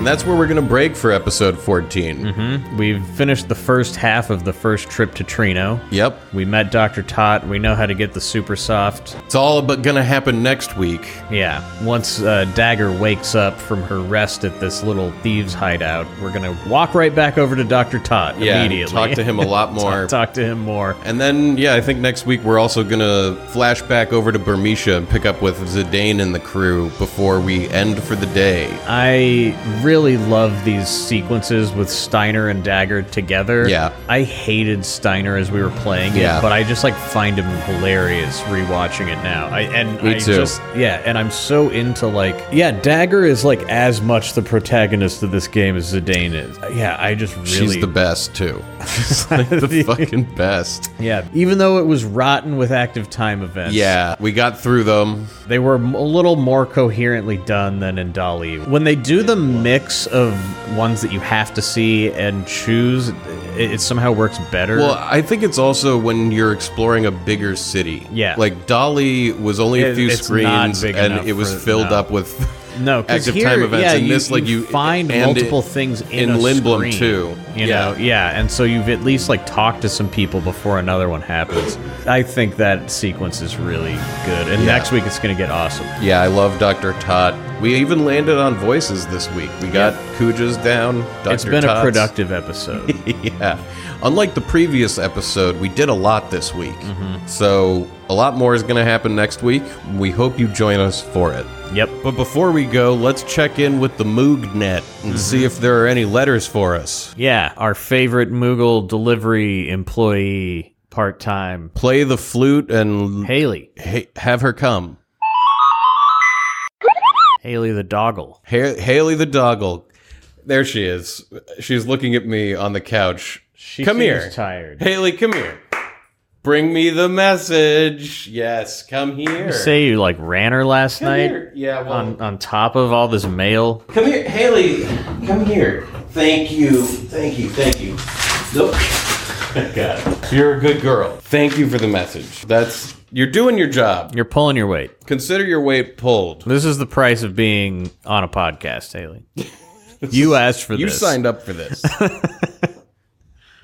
[SPEAKER 3] And that's where we're gonna break for episode 14.
[SPEAKER 4] We've finished the first half of the first trip to Trino.
[SPEAKER 3] Yep,
[SPEAKER 4] We met Dr. Tot. We know how to get the super soft.
[SPEAKER 3] it's all but gonna happen next week.
[SPEAKER 4] Yeah. Once uh, Dagger wakes up from her rest at this little thieves' hideout, we're going to walk right back over to Dr. Tot
[SPEAKER 3] Yeah,
[SPEAKER 4] immediately.
[SPEAKER 3] talk to him a lot more.
[SPEAKER 4] *laughs* Talk to him more.
[SPEAKER 3] And then, yeah, I think next week we're also gonna flash back over to Burmisha and pick up with Zidane and the crew before we end for the day.
[SPEAKER 4] I really love these sequences with Steiner and Dagger together.
[SPEAKER 3] Yeah.
[SPEAKER 4] I hated Steiner as we were playing it,
[SPEAKER 3] Yeah.
[SPEAKER 4] but I just like find him hilarious rewatching it now. I and
[SPEAKER 3] Me
[SPEAKER 4] I
[SPEAKER 3] too.
[SPEAKER 4] just yeah, and I'm so into like yeah, Dagger is like as much the protagonist of this game as Zidane is. Yeah, I just really
[SPEAKER 3] She's the
[SPEAKER 4] *laughs*
[SPEAKER 3] best too. She's like the fucking best.
[SPEAKER 4] yeah, even though it was rotten with active time events.
[SPEAKER 3] Yeah, we got through them.
[SPEAKER 4] They were m- a little more coherently done than in Dolly. When they do the mix of ones that you have to see and choose, it, it somehow works better.
[SPEAKER 3] Well, I think it's also when you're exploring a bigger city.
[SPEAKER 4] Yeah.
[SPEAKER 3] like Dolly was only a
[SPEAKER 4] It-
[SPEAKER 3] few
[SPEAKER 4] it's not
[SPEAKER 3] screens
[SPEAKER 4] big
[SPEAKER 3] and
[SPEAKER 4] enough
[SPEAKER 3] it was
[SPEAKER 4] for-
[SPEAKER 3] filled
[SPEAKER 4] no.
[SPEAKER 3] up with *laughs*
[SPEAKER 4] no, 'cause
[SPEAKER 3] active
[SPEAKER 4] here,
[SPEAKER 3] time events.
[SPEAKER 4] yeah,
[SPEAKER 3] and
[SPEAKER 4] you,
[SPEAKER 3] this, like you
[SPEAKER 4] find
[SPEAKER 3] and it-
[SPEAKER 4] multiple things in,
[SPEAKER 3] in
[SPEAKER 4] a
[SPEAKER 3] Lindblom,
[SPEAKER 4] screen,
[SPEAKER 3] too.
[SPEAKER 4] You
[SPEAKER 3] Yeah.
[SPEAKER 4] know, yeah, and so you've at least like talked to some people before another one happens. I think that sequence is really good, and next week it's going to get awesome.
[SPEAKER 3] Yeah, I love Dr. Tot. We even landed on voices this week. We got Cujas down. Dr.
[SPEAKER 4] It's been a
[SPEAKER 3] Tots.
[SPEAKER 4] productive
[SPEAKER 3] *laughs*
[SPEAKER 4] episode.
[SPEAKER 3] yeah. Unlike the previous episode, we did a lot this week.
[SPEAKER 4] Mm-hmm.
[SPEAKER 3] So, a lot more is going to happen next week. We hope you join us for it.
[SPEAKER 4] yep.
[SPEAKER 3] But before we go, let's check in with the Moognet
[SPEAKER 4] Mm-hmm.
[SPEAKER 3] and see if there are any letters for us.
[SPEAKER 4] Yeah, our favorite Moogle delivery employee part time,
[SPEAKER 3] Play the flute and
[SPEAKER 4] Haley.
[SPEAKER 3] ha- have her come.
[SPEAKER 4] Haley the doggle.
[SPEAKER 3] Ha- Haley the doggle. There she is. She's looking at me on the couch.
[SPEAKER 4] She
[SPEAKER 3] come
[SPEAKER 4] seems
[SPEAKER 3] here.
[SPEAKER 4] Tired.
[SPEAKER 3] Haley, come here. Bring me the message. Yes, come here.
[SPEAKER 4] Say you like ran her last
[SPEAKER 3] come
[SPEAKER 4] night
[SPEAKER 3] here. Yeah, well,
[SPEAKER 4] on on top of all this mail.
[SPEAKER 3] Come here, Haley. Come here. Thank you. Thank you. Thank you. Look. *laughs* God. You're a good girl. Thank you for the message. That's you're doing your job.
[SPEAKER 4] You're pulling your weight.
[SPEAKER 3] Consider your weight pulled.
[SPEAKER 4] This is the price of being on a podcast,
[SPEAKER 3] *laughs*
[SPEAKER 4] Haley. You asked for
[SPEAKER 3] You
[SPEAKER 4] this.
[SPEAKER 3] signed up for this.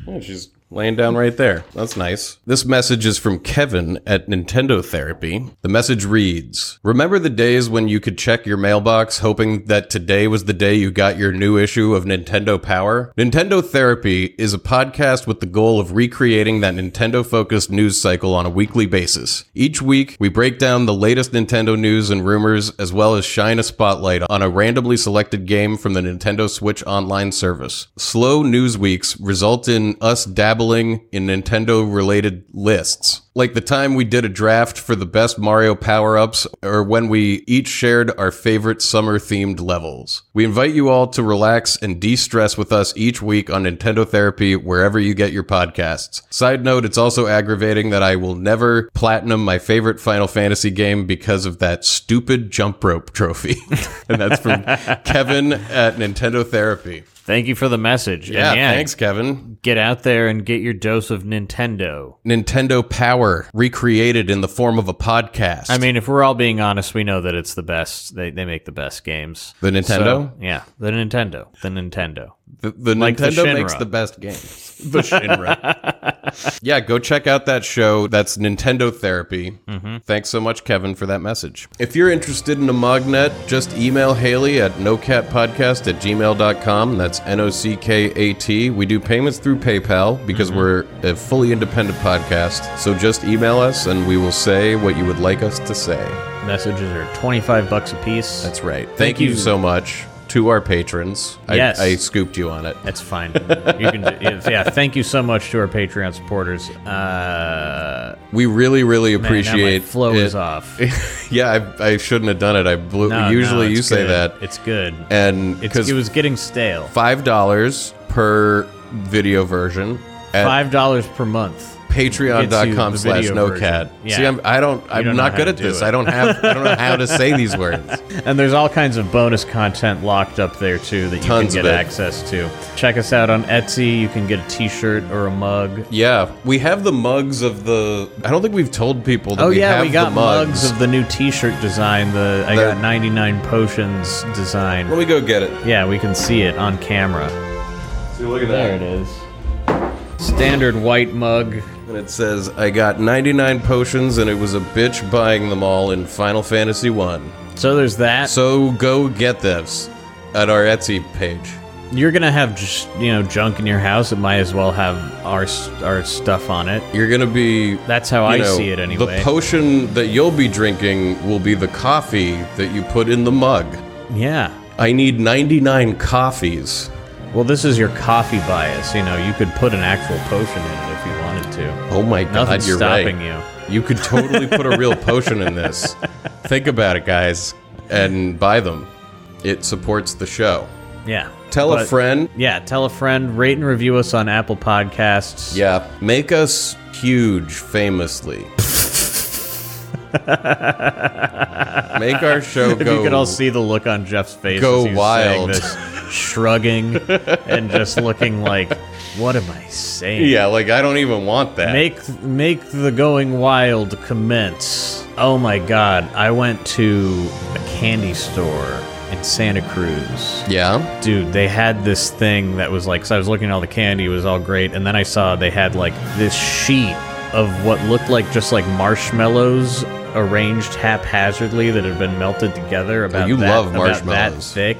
[SPEAKER 3] Oh, she's laying down right there. That's nice. This message is from Kevin at Nintendo Therapy. The message reads Remember the days when you could check your mailbox hoping that today was the day you got your new issue of Nintendo Power? Nintendo Therapy is a podcast with the goal of recreating that Nintendo focused news cycle on a weekly basis. Each week, we break down the latest Nintendo news and rumors, as well as shine a spotlight on a randomly selected game from the Nintendo Switch Online service. Slow news weeks result in us dabbling in Nintendo related lists, like the time we did a draft for the best Mario power ups, or when we each shared our favorite summer themed levels. We invite you all to relax and de stress with us each week on Nintendo Therapy, wherever you get your podcasts. Side note, it's also aggravating that I will never platinum my favorite Final Fantasy game because of that stupid jump rope trophy. *laughs* and that's from Kevin at Nintendo Therapy.
[SPEAKER 4] Thank you for the message. And
[SPEAKER 3] Yeah, thanks, Kevin.
[SPEAKER 4] Get out there and get your dose of Nintendo.
[SPEAKER 3] Nintendo Power recreated in the form of a podcast.
[SPEAKER 4] I mean, if we're all being honest, we know that it's the best. They, they make the best games.
[SPEAKER 3] the Nintendo,
[SPEAKER 4] So, yeah, the Nintendo. The Nintendo.
[SPEAKER 3] the, the
[SPEAKER 4] the
[SPEAKER 3] Nintendo
[SPEAKER 4] Shinra.
[SPEAKER 3] makes the
[SPEAKER 4] *laughs*
[SPEAKER 3] best games. The Shinra. *laughs* yeah, go check out that show. That's Nintendo Therapy.
[SPEAKER 4] Mm-hmm.
[SPEAKER 3] Thanks so much, Kevin, for that message. If you're interested in a Mognet, just email Haley at nocatpodcast at gmail.com. That's N O C K A T. We do payments through PayPal
[SPEAKER 4] Mm-hmm.
[SPEAKER 3] because we're a fully independent podcast. So just email us and we will say what you would like us to say.
[SPEAKER 4] Messages are twenty five bucks a piece.
[SPEAKER 3] That's right. Thank, you. so much to our patrons. I,
[SPEAKER 4] Yes.
[SPEAKER 3] I scooped you on it.
[SPEAKER 4] That's fine. You can, yeah. Thank you so much to our Patreon supporters. Uh,
[SPEAKER 3] We really, really
[SPEAKER 4] man, now my
[SPEAKER 3] appreciate
[SPEAKER 4] flow
[SPEAKER 3] it.
[SPEAKER 4] is off.
[SPEAKER 3] *laughs* yeah, I, I shouldn't have done it. I blew.
[SPEAKER 4] No, no,
[SPEAKER 3] usually, you
[SPEAKER 4] it's
[SPEAKER 3] say
[SPEAKER 4] good.
[SPEAKER 3] that,
[SPEAKER 4] It's good.
[SPEAKER 3] and
[SPEAKER 4] It's,
[SPEAKER 3] because
[SPEAKER 4] it was getting stale.
[SPEAKER 3] five dollars per video version at
[SPEAKER 4] Five dollars per month.
[SPEAKER 3] patreon.com
[SPEAKER 4] gets you the
[SPEAKER 3] slash
[SPEAKER 4] video
[SPEAKER 3] nocat.
[SPEAKER 4] version. Yeah.
[SPEAKER 3] See, I'm, I don't. I'm
[SPEAKER 4] don't know
[SPEAKER 3] not
[SPEAKER 4] how
[SPEAKER 3] good
[SPEAKER 4] to
[SPEAKER 3] at
[SPEAKER 4] do
[SPEAKER 3] this.
[SPEAKER 4] it.
[SPEAKER 3] I don't have. I don't know how
[SPEAKER 4] *laughs*
[SPEAKER 3] to say these words.
[SPEAKER 4] And there's all kinds of bonus content locked up there too that you
[SPEAKER 3] Tons
[SPEAKER 4] can get
[SPEAKER 3] of it.
[SPEAKER 4] access to. Check us out on Etsy. You can get a T-shirt or a mug.
[SPEAKER 3] Yeah, we have the mugs of the. I don't think we've told people. that
[SPEAKER 4] Oh
[SPEAKER 3] we
[SPEAKER 4] yeah,
[SPEAKER 3] have
[SPEAKER 4] we got
[SPEAKER 3] the
[SPEAKER 4] mugs. of the new T-shirt design. The I
[SPEAKER 3] They're-
[SPEAKER 4] got 99 potions design.
[SPEAKER 3] Let me go get it.
[SPEAKER 4] Yeah, we can see it on camera.
[SPEAKER 3] See, look at that.
[SPEAKER 4] it is. Standard white mug.
[SPEAKER 3] And it says, I got 99 potions and it was a bitch buying them all in Final Fantasy 1.
[SPEAKER 4] So there's that.
[SPEAKER 3] So go get this at our Etsy page.
[SPEAKER 4] You're gonna have just you know junk in your house. It might as well have our s- our stuff on it.
[SPEAKER 3] You're going to be.
[SPEAKER 4] That's how
[SPEAKER 3] you
[SPEAKER 4] I
[SPEAKER 3] know,
[SPEAKER 4] see it anyway.
[SPEAKER 3] The potion that you'll be drinking will be the coffee that you put in the mug.
[SPEAKER 4] yeah.
[SPEAKER 3] I need 99 coffees.
[SPEAKER 4] Well, this is your coffee bias. You know, you could put an actual potion in it if you wanted to.
[SPEAKER 3] Oh my god,
[SPEAKER 4] Nothing's
[SPEAKER 3] you're
[SPEAKER 4] stopping
[SPEAKER 3] right.
[SPEAKER 4] you.
[SPEAKER 3] You could totally put
[SPEAKER 4] *laughs*
[SPEAKER 3] a real potion in this. Think about it, guys, and buy them. It supports the show.
[SPEAKER 4] Yeah.
[SPEAKER 3] Tell a
[SPEAKER 4] But-
[SPEAKER 3] friend
[SPEAKER 4] Yeah, tell a friend. Rate and review us on Apple Podcasts.
[SPEAKER 3] Yeah, make us
[SPEAKER 4] *laughs*
[SPEAKER 3] huge famously. make our show
[SPEAKER 4] If
[SPEAKER 3] go.
[SPEAKER 4] you could all see the look on Jeff's face,
[SPEAKER 3] go
[SPEAKER 4] as he's
[SPEAKER 3] wild.
[SPEAKER 4] saying this, shrugging, and just looking like, "What am I saying?"
[SPEAKER 3] *laughs* *laughs* Yeah, like I don't even want that.
[SPEAKER 4] Make make the going wild commence. Oh my God! I went to a candy store in Santa Cruz.
[SPEAKER 3] yeah,
[SPEAKER 4] Dude, they had this thing that was like, so I was looking at all the candy, it was all great, and then I saw they had like this sheet of what looked like just like marshmallows arranged haphazardly that had been melted together about
[SPEAKER 3] you
[SPEAKER 4] that,
[SPEAKER 3] love
[SPEAKER 4] about that
[SPEAKER 3] marshmallows.
[SPEAKER 4] thick.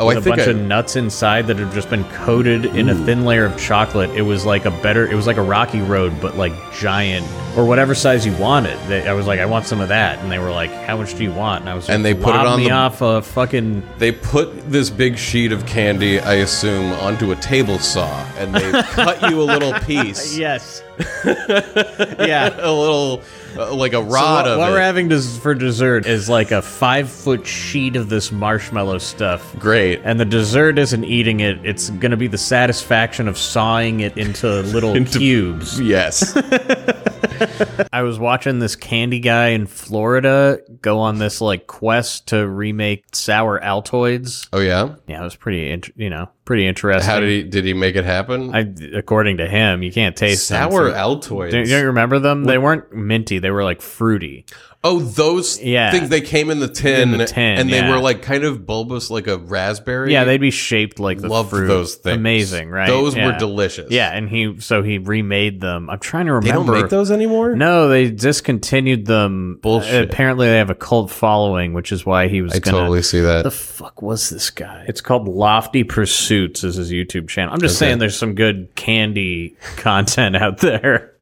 [SPEAKER 3] Oh,
[SPEAKER 4] with
[SPEAKER 3] I
[SPEAKER 4] a
[SPEAKER 3] think
[SPEAKER 4] bunch
[SPEAKER 3] I-
[SPEAKER 4] of nuts inside that had just been coated in a thin layer of chocolate. It was like a better. It was like a rocky road, but like giant or whatever size you wanted. They, I was like, I want some of that, and they were like, How much do you want? And I was
[SPEAKER 3] And
[SPEAKER 4] like,
[SPEAKER 3] they put it
[SPEAKER 4] "Lob
[SPEAKER 3] on
[SPEAKER 4] me
[SPEAKER 3] the-
[SPEAKER 4] off a fucking
[SPEAKER 3] They put this big sheet of candy, I assume, onto a table saw,
[SPEAKER 4] *laughs*
[SPEAKER 3] and they cut you a little piece,
[SPEAKER 4] yes, *laughs* yeah.
[SPEAKER 3] a little uh, like a rod
[SPEAKER 4] what,
[SPEAKER 3] of
[SPEAKER 4] what
[SPEAKER 3] it.
[SPEAKER 4] we're having des- for dessert is like a five foot sheet of this marshmallow stuff. *laughs*
[SPEAKER 3] Great.
[SPEAKER 4] And the dessert isn't eating it. It's gonna be the satisfaction of sawing it *laughs* into little cubes.
[SPEAKER 3] yes.
[SPEAKER 4] I was watching this candy guy in Florida go on this like quest to remake sour Altoids.
[SPEAKER 3] Oh yeah.
[SPEAKER 4] Yeah, it was pretty, int- you know, pretty interesting.
[SPEAKER 3] How did he did he make it happen?
[SPEAKER 4] I, according to him, you can't taste them,
[SPEAKER 3] Sour
[SPEAKER 4] so-
[SPEAKER 3] Altoids.
[SPEAKER 4] Do, do you remember them? They weren't minty. They were like fruity.
[SPEAKER 3] Oh, those
[SPEAKER 4] Yeah.
[SPEAKER 3] things they came in the tin,
[SPEAKER 4] In the tin,
[SPEAKER 3] and they
[SPEAKER 4] yeah.
[SPEAKER 3] were like kind of bulbous, like a raspberry.
[SPEAKER 4] Yeah, they'd be shaped like the
[SPEAKER 3] loved
[SPEAKER 4] fruit.
[SPEAKER 3] those things.
[SPEAKER 4] Amazing, right?
[SPEAKER 3] Those
[SPEAKER 4] Yeah.
[SPEAKER 3] were delicious.
[SPEAKER 4] Yeah, and he so he remade them. I'm trying to remember.
[SPEAKER 3] they don't make those anymore.
[SPEAKER 4] No, they discontinued them.
[SPEAKER 3] Bullshit.
[SPEAKER 4] apparently, they have a cult following, which is why he was.
[SPEAKER 3] I
[SPEAKER 4] gonna,
[SPEAKER 3] totally see that.
[SPEAKER 4] The fuck was this guy? It's called Lofty Pursuits. Is his YouTube channel? I'm just saying, there's some good candy *laughs* content out there.